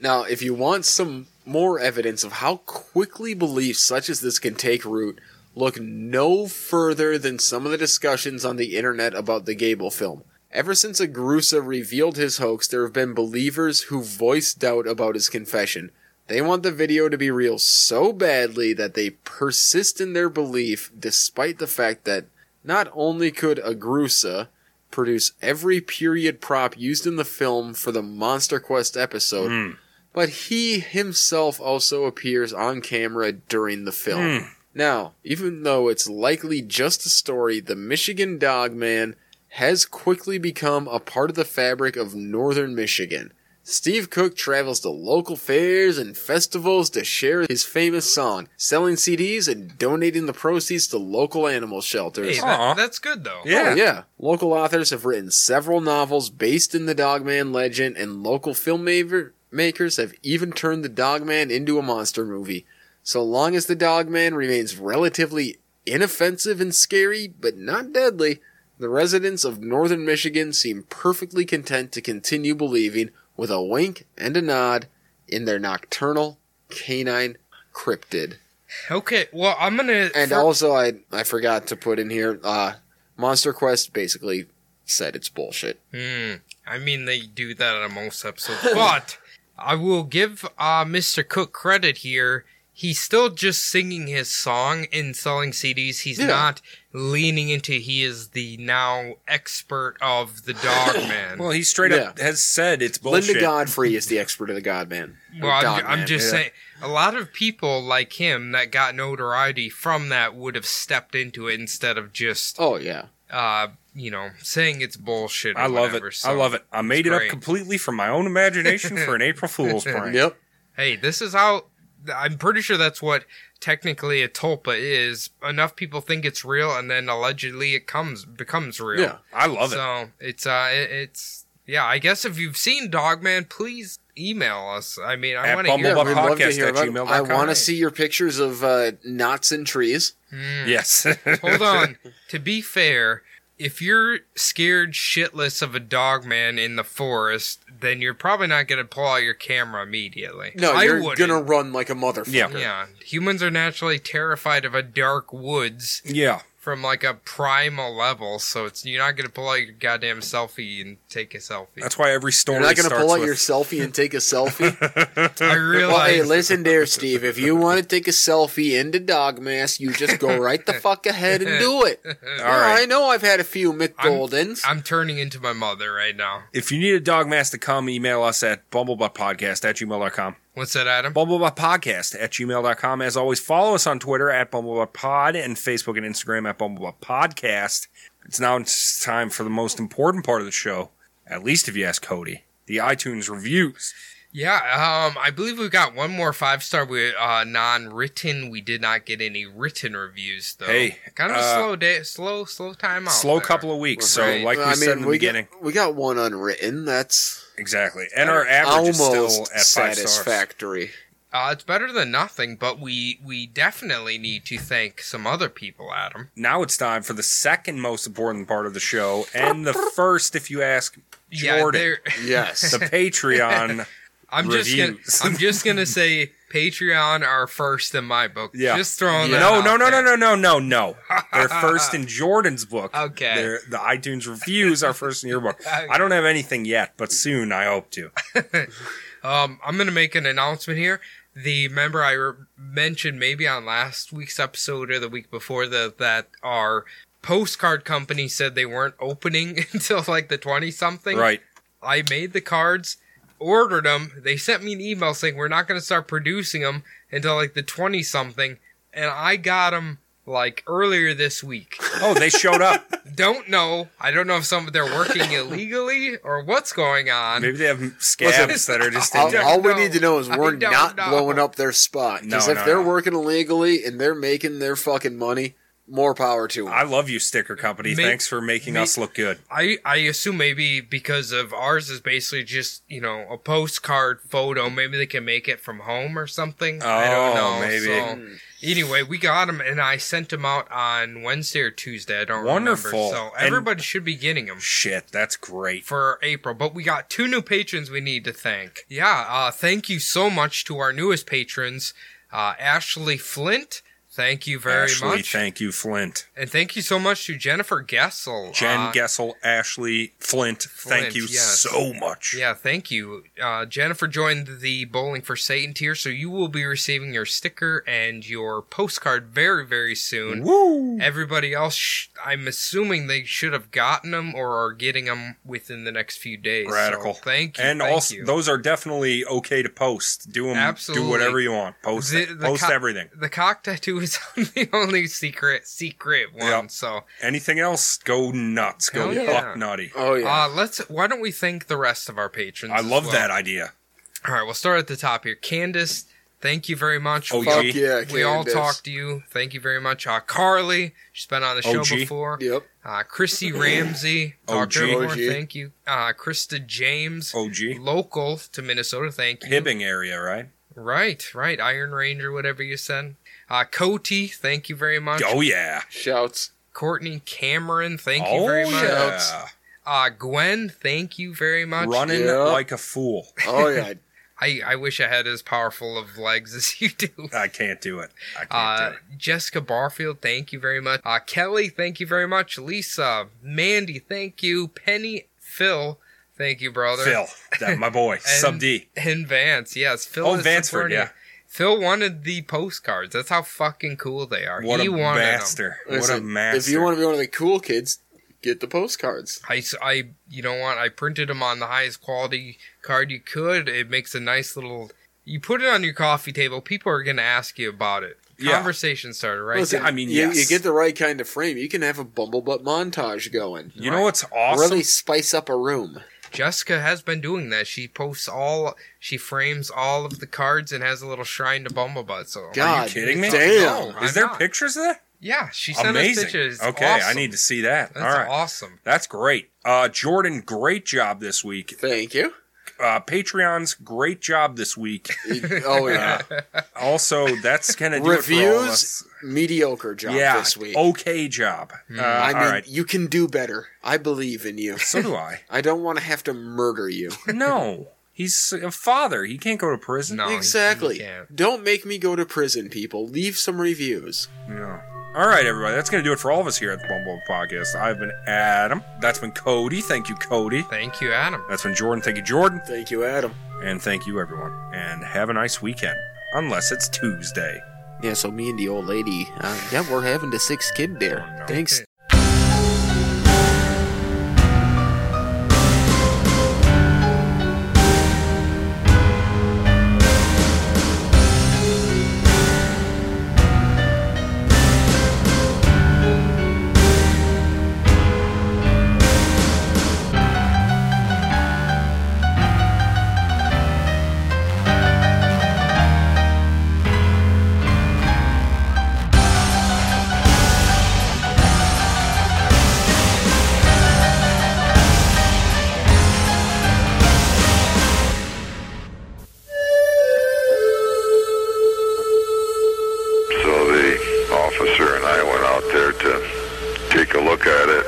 A: Now, if you want some more evidence of how quickly beliefs such as this can take root, look no further than some of the discussions on the internet about the Gable film. Ever since Agrusa revealed his hoax, there have been believers who voiced doubt about his confession. They want the video to be real so badly that they persist in their belief despite the fact that not only could Agrusa produce every period prop used in the film for the Monster Quest episode,
C: Mm.
A: but he himself also appears on camera during the film.
C: Mm.
A: Now, even though it's likely just a story, the Michigan Dog Man has quickly become a part of the fabric of northern Michigan. Steve Cook travels to local fairs and festivals to share his famous song, selling CDs and donating the proceeds to local animal shelters.
B: Hey,
C: Aw.
B: that, that's good though.
A: Oh,
C: Yeah.
A: yeah. Local authors have written several novels based in the Dogman legend, and local filmmaker- makers have even turned the Dogman into a monster movie. So long as the Dogman remains relatively inoffensive and scary, but not deadly, the residents of northern Michigan seem perfectly content to continue believing, with a wink and a nod, in their nocturnal canine cryptid.
B: Okay. Well, I'm gonna.
A: And
B: for-
A: also, I I forgot to put in here. Uh, Monster Quest basically said it's bullshit.
B: Hmm. I mean, they do that on most episodes, but I will give uh, Mr. Cook credit here. He's still just singing his song and selling CDs. He's
A: Yeah.
B: not leaning into he is the now expert of the dog man.
C: Well,
B: well,
C: he straight up has said it's bullshit.
A: Linda Godfrey is the expert of the Godman.
B: I'm,
A: Dog
B: I'm
A: man,
B: just
C: yeah.
B: saying, a lot of people like him that got notoriety from that would have stepped into it instead of just,
A: Oh yeah,
B: uh, you know, saying it's bullshit. or
C: I love
B: whatever,
C: it.
B: so-
C: I love it. I made it up
B: great.
C: completely from my own imagination for an April Fool's prank.
A: yep.
B: Hey, this is how. I'm pretty sure that's what technically a tulpa is. Enough people think it's real, and then allegedly it comes becomes real.
A: Yeah.
C: I love it.
B: So it's uh, it, it's yeah. I guess if you've seen Dogman, please email us. I mean, I
C: At
B: want to hear.
C: Bumble-
A: we'd love to
C: podcast
A: hear
C: at
A: about it.
C: gmail.com.
A: I want to see your pictures of uh, knots and trees.
B: Hmm.
C: Yes.
B: Hold on. to be fair, if you're scared shitless of a Dogman in the forest, then you're probably not going to pull out your camera immediately.
A: No,
B: I
A: you're
B: wouldn't.
A: gonna run like a motherfucker.
C: Yeah.
B: Yeah, humans are naturally terrified of a dark woods.
C: Yeah.
B: from like a primal level, so it's you're not gonna pull out your goddamn selfie and take a selfie.
C: That's why every story
A: You're not gonna
C: starts
A: pull out
C: with
A: your selfie and take a selfie.
B: I
A: well, hey,
B: realize
A: listen there, Steve. If you want to take a selfie into Dogmass, you just go right the fuck ahead and do it.
C: All
A: Yeah,
C: right.
A: I know I've had a few
B: I'm-
A: McGoldens.
B: I'm turning into my mother right now.
C: If you need a dog mask to come, email us at bumblebuttpodcast at gmail.com.
B: What's that, Adam?
C: Bumblebuttpodcast at gmail.com. As always, follow us on Twitter at bumblebuttpod and Facebook and Instagram at bumblebuttpodcast. It's now it's time for the most important part of the show, at least if you ask Cody, the iTunes reviews.
B: Yeah, um, I believe we got one more five star. We uh, non-written. We did not get any written reviews though.
C: Hey,
B: kind of a
C: uh,
B: slow day, slow, slow time out.
C: Slow
B: there.
C: couple of weeks. So,
B: Right.
C: like we
A: I
C: said
A: mean,
C: in the
A: we
C: beginning,
A: Got, we got one unwritten. That's
C: exactly. And our average is still
A: almost
C: at five stars.
A: satisfactory.
B: Uh, it's better than nothing, but we we definitely need to thank some other people, Adam.
C: Now it's time for the second most important part of the show, and the first, if you ask Jordan.
B: Yeah, there-
A: Yes.
C: the Patreon.
B: I'm just gonna,
C: reviews.
B: I'm just gonna say Patreon are first in my book.
C: Yeah.
B: Just throwing that
C: no,
B: out
C: no, no, no,
B: there.
C: no, no, no, no. They're first in Jordan's book.
B: Okay.
C: They're, the iTunes reviews are first in your book.
B: Okay.
C: I don't have anything yet, but soon I hope to.
B: Um, I'm gonna make an announcement here. The member I re- mentioned maybe on last week's episode or the week before the, that our postcard company said they weren't opening until like the 20 something.
C: Right.
B: I made the cards, ordered them. They sent me an email saying we're not going to start producing them until like the 20 something, and I got them like earlier this week.
C: Oh, they showed up.
B: don't know. I don't know if some they're working illegally or what's going on.
C: Maybe they have scabs that are just.
A: all,
B: don't
A: all we
B: know.
A: need to know is
B: I
A: we're
B: don't
A: not
B: know.
A: blowing up their spot. Because
C: No,
A: if
C: no,
A: they're
C: no.
A: working illegally and they're making their fucking money, more power to them.
C: I love you, sticker company.
B: Make-
C: Thanks for making
B: make-
C: us look good.
B: I I assume maybe because of ours is basically just you know a postcard photo. Maybe they can make it from home or something. I don't
C: Oh,
B: know.
C: maybe.
B: So, anyway, we got them and I sent them out on Wednesday or Tuesday. I don't
C: Wonderful.
B: remember. So
C: And-
B: everybody should be getting them.
C: Shit, that's great.
B: for April, but we got two new patrons we need to thank. Yeah, uh, thank you so much to our newest patrons, uh, Ashley Flint, Thank you very
C: Ashley,
B: much.
C: thank you, Flint.
B: and thank you so much to Jennifer Gessel.
C: Jen
B: Uh,
C: Gessel, Ashley, Flint,
B: Flint,
C: thank you
B: yes.
C: so much.
B: Yeah, thank you. Uh, Jennifer joined the Bowling for Satan tier, so you will be receiving your sticker and your postcard very, very soon.
C: Woo!
B: Everybody else, sh- I'm assuming they should have gotten them or are getting them within the next few days. So
C: Radical.
B: thank you.
C: And
B: thank
C: also,
B: you.
C: those are definitely okay to post. Do 'em-
B: Absolutely.
C: Do whatever you want. Post,
B: The-
C: it.
B: the
C: post
B: co-
C: everything.
B: The cock tattoo is the only secret secret one.
C: Yep.
B: So
C: Anything else? Go nuts. Go
B: Hell yeah.
C: buck nutty.
A: Oh yeah.
B: uh, let's. Why don't we thank the rest of our patrons?
C: I
B: as
C: love
B: well.
C: that idea.
B: All right, we'll start at the top here. Candace, thank you very much.
C: Oh,
B: we,
C: yeah.
A: Fuck yeah.
B: we all
A: Candace.
B: talked to you. Thank you very much. Uh, Carly, she's been on the show
C: OG.
B: before.
A: Yep.
B: Uh, Chrissy Ramsey,
C: OG.
B: Dr. Moore,
A: OG.
B: thank you. Uh, Krista James,
C: OG.
B: local to Minnesota, thank you.
C: Hibbing area, right?
B: Right, right. Iron Ranger, whatever you said. Uh, Cody, thank you very much.
C: Oh, yeah.
A: Shouts.
B: Courtney Cameron, thank you
C: oh,
B: very much.
C: yeah.
B: Uh, Gwen, thank you very much.
C: Running
A: Yeah.
C: like a fool.
A: Oh yeah.
B: I, I wish I had as powerful of legs as you do.
C: I can't do it. I can't
B: Uh,
C: do it.
B: Jessica Barfield, thank you very much. Uh, Kelly, thank you very much. Lisa, Mandy, thank you. Penny, Phil, thank you, brother.
C: Phil, that, my boy, Sub D.
B: And Vance, yes. Phil
C: Oh,
B: is
C: Vanceford,
B: supporting
C: yeah.
B: you. Phil wanted the postcards. That's how fucking cool they are.
C: What
B: he
C: a
B: wanted 'em.
C: master. What a
A: Listen,
C: master.
A: If you want to be one of the cool kids, get the postcards.
B: I, s- I, you know what? I printed them on the highest quality card you could. It makes a nice little. You put it on your coffee table. People are going to ask you about it.
C: Yeah.
B: Conversation starter, right?
A: Listen,
B: there.
C: I mean,
A: you,
C: yes.
A: you get the right kind of frame. You can have a bumblebutt montage going.
C: You know what's awesome?
A: Really spice up a room.
B: Jessica has been doing that. She posts all, she frames all of the cards and has a little shrine to Bumblebutt. So,
A: God,
C: kidding me?
A: Damn.
B: No.
C: Is
B: I'm
C: there
B: not.
C: pictures of that?
B: yeah, she sent us
C: Amazing.
B: pictures.
C: Okay, I need to see that.
B: That's
C: All right.
B: awesome.
C: That's great. Uh, Jordan, great job this week.
A: Thank you.
C: Uh, Patreon's great job this week.
A: Oh yeah.
C: uh, Also, that's gonna do it for all of
A: Reviews
C: us.
A: mediocre job
C: yeah,
A: this week. Hmm.
C: okay job. Uh,
A: I mean,
C: all right,
A: you can do better. I believe in you.
C: so do I.
A: I don't want to have to murder you.
C: No, he's a father. He can't go to prison.
B: No, you- you
A: exactly.
B: can't.
A: Don't make me go to prison, people. Leave some reviews.
C: No. All right, everybody. That's gonna do it for all of us here at the Bumble Podcast. I've been Adam. That's been Cody. Thank you, Cody.
B: Thank you, Adam.
C: That's been Jordan. Thank you, Jordan.
A: Thank you, Adam.
C: And thank you, everyone. And have a nice weekend, unless it's Tuesday.
A: Yeah, so me and the old lady, uh, yeah, we're having the sixth kid there.
C: Oh, no.
A: Thanks.
D: So the officer and I went out there to take a look at it.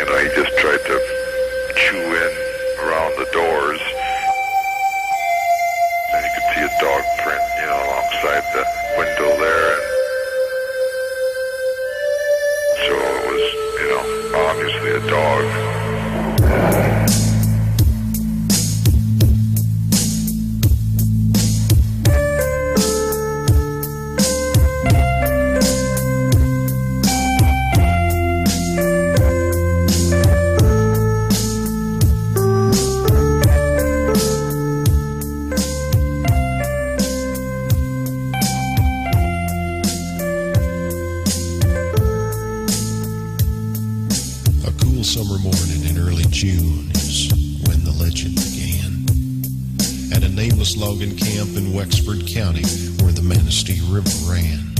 D: And I just tried to chew in around the doors. And you could see a dog print, you know, alongside the window there. So it was, you know, obviously a dog.
E: A cool summer morning in early June is when the legend began. At a nameless logging camp in Wexford County where the Manistee River ran.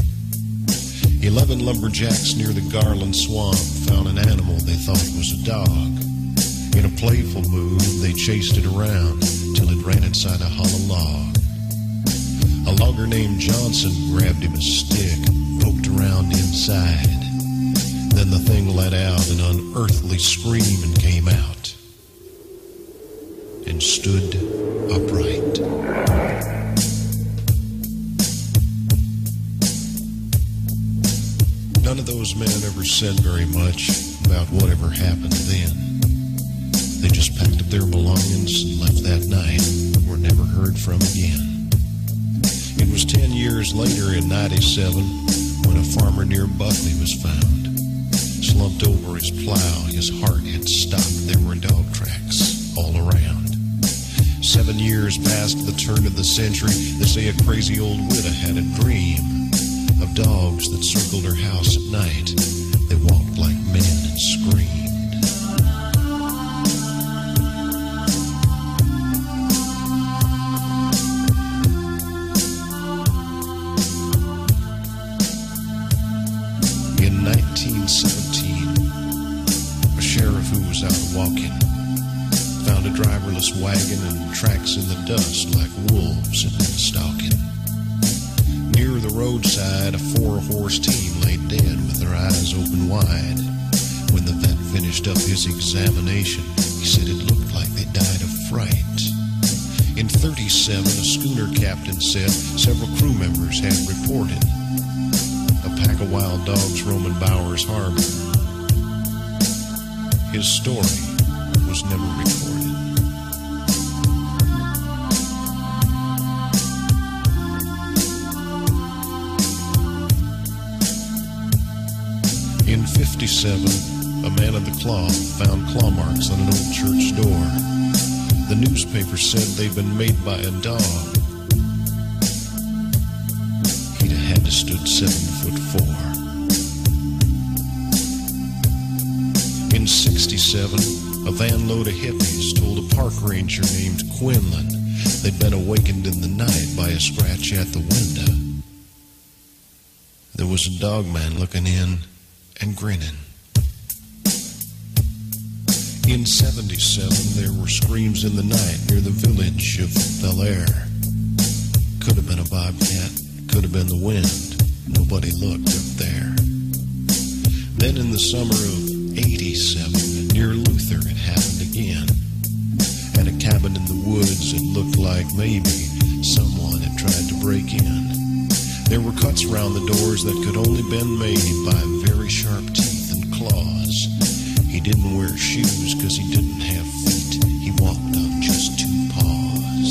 E: Eleven lumberjacks near the Garland Swamp found an animal they thought was a dog. In a playful mood, they chased it around till it ran inside a hollow log. A logger named Johnson grabbed him a stick and poked around inside. Then the thing let out an unearthly scream and came out and stood upright. None of those men ever said very much about whatever happened then. They just packed up their belongings and left that night, and were never heard from again. It was 10 years later in 97 when a farmer near Buckley was found. Slumped over his plow, his heart had stopped. There were dog tracks all around. Seven years past the turn of the century, they say a crazy old widow had a dream of dogs that circled her house at night. They walked like men and screamed. In 1917, a sheriff who was out walking found a driverless wagon and tracks in the dust like wolves had been stalking. Near the roadside, a four horse team lay dead with their eyes open wide. When the vet finished up his examination, he said it looked like they died of fright. In 37, a schooner captain said several crew members had reported a pack of wild dogs roaming Bowers Harbor. His story was never recorded. In 57, a man of the cloth found claw marks on an old church door. The newspaper said they'd been made by a dog. He'd have had to stood seven foot four. In 67, a van load of hippies told a park ranger named Quinlan they'd been awakened in the night by a scratch at the window. There was a dog man looking in and grinning. In 77, there were screams in the night near the village of Bel Air. Could have been a bobcat, could have been the wind. Nobody looked up there. Then in the summer of 87, near Luther, it happened again. At a cabin in the woods, it looked like maybe someone had tried to break in. There were cuts round the doors that could only been made by very sharp teeth and claws. He didn't wear shoes because he didn't have feet. He walked on just two paws.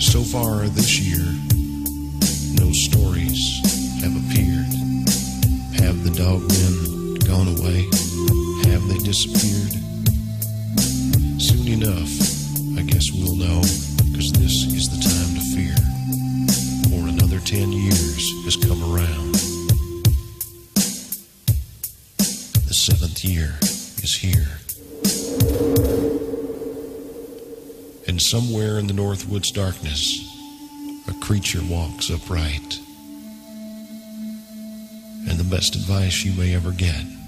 E: So far this year, no stories have appeared. Have the dog men gone away? Have they disappeared? Soon enough, I guess we'll know, because this is the time to fear. For another ten years has come around. The seventh year is here. And somewhere in the Northwoods darkness, a creature walks upright. And the best advice you may ever get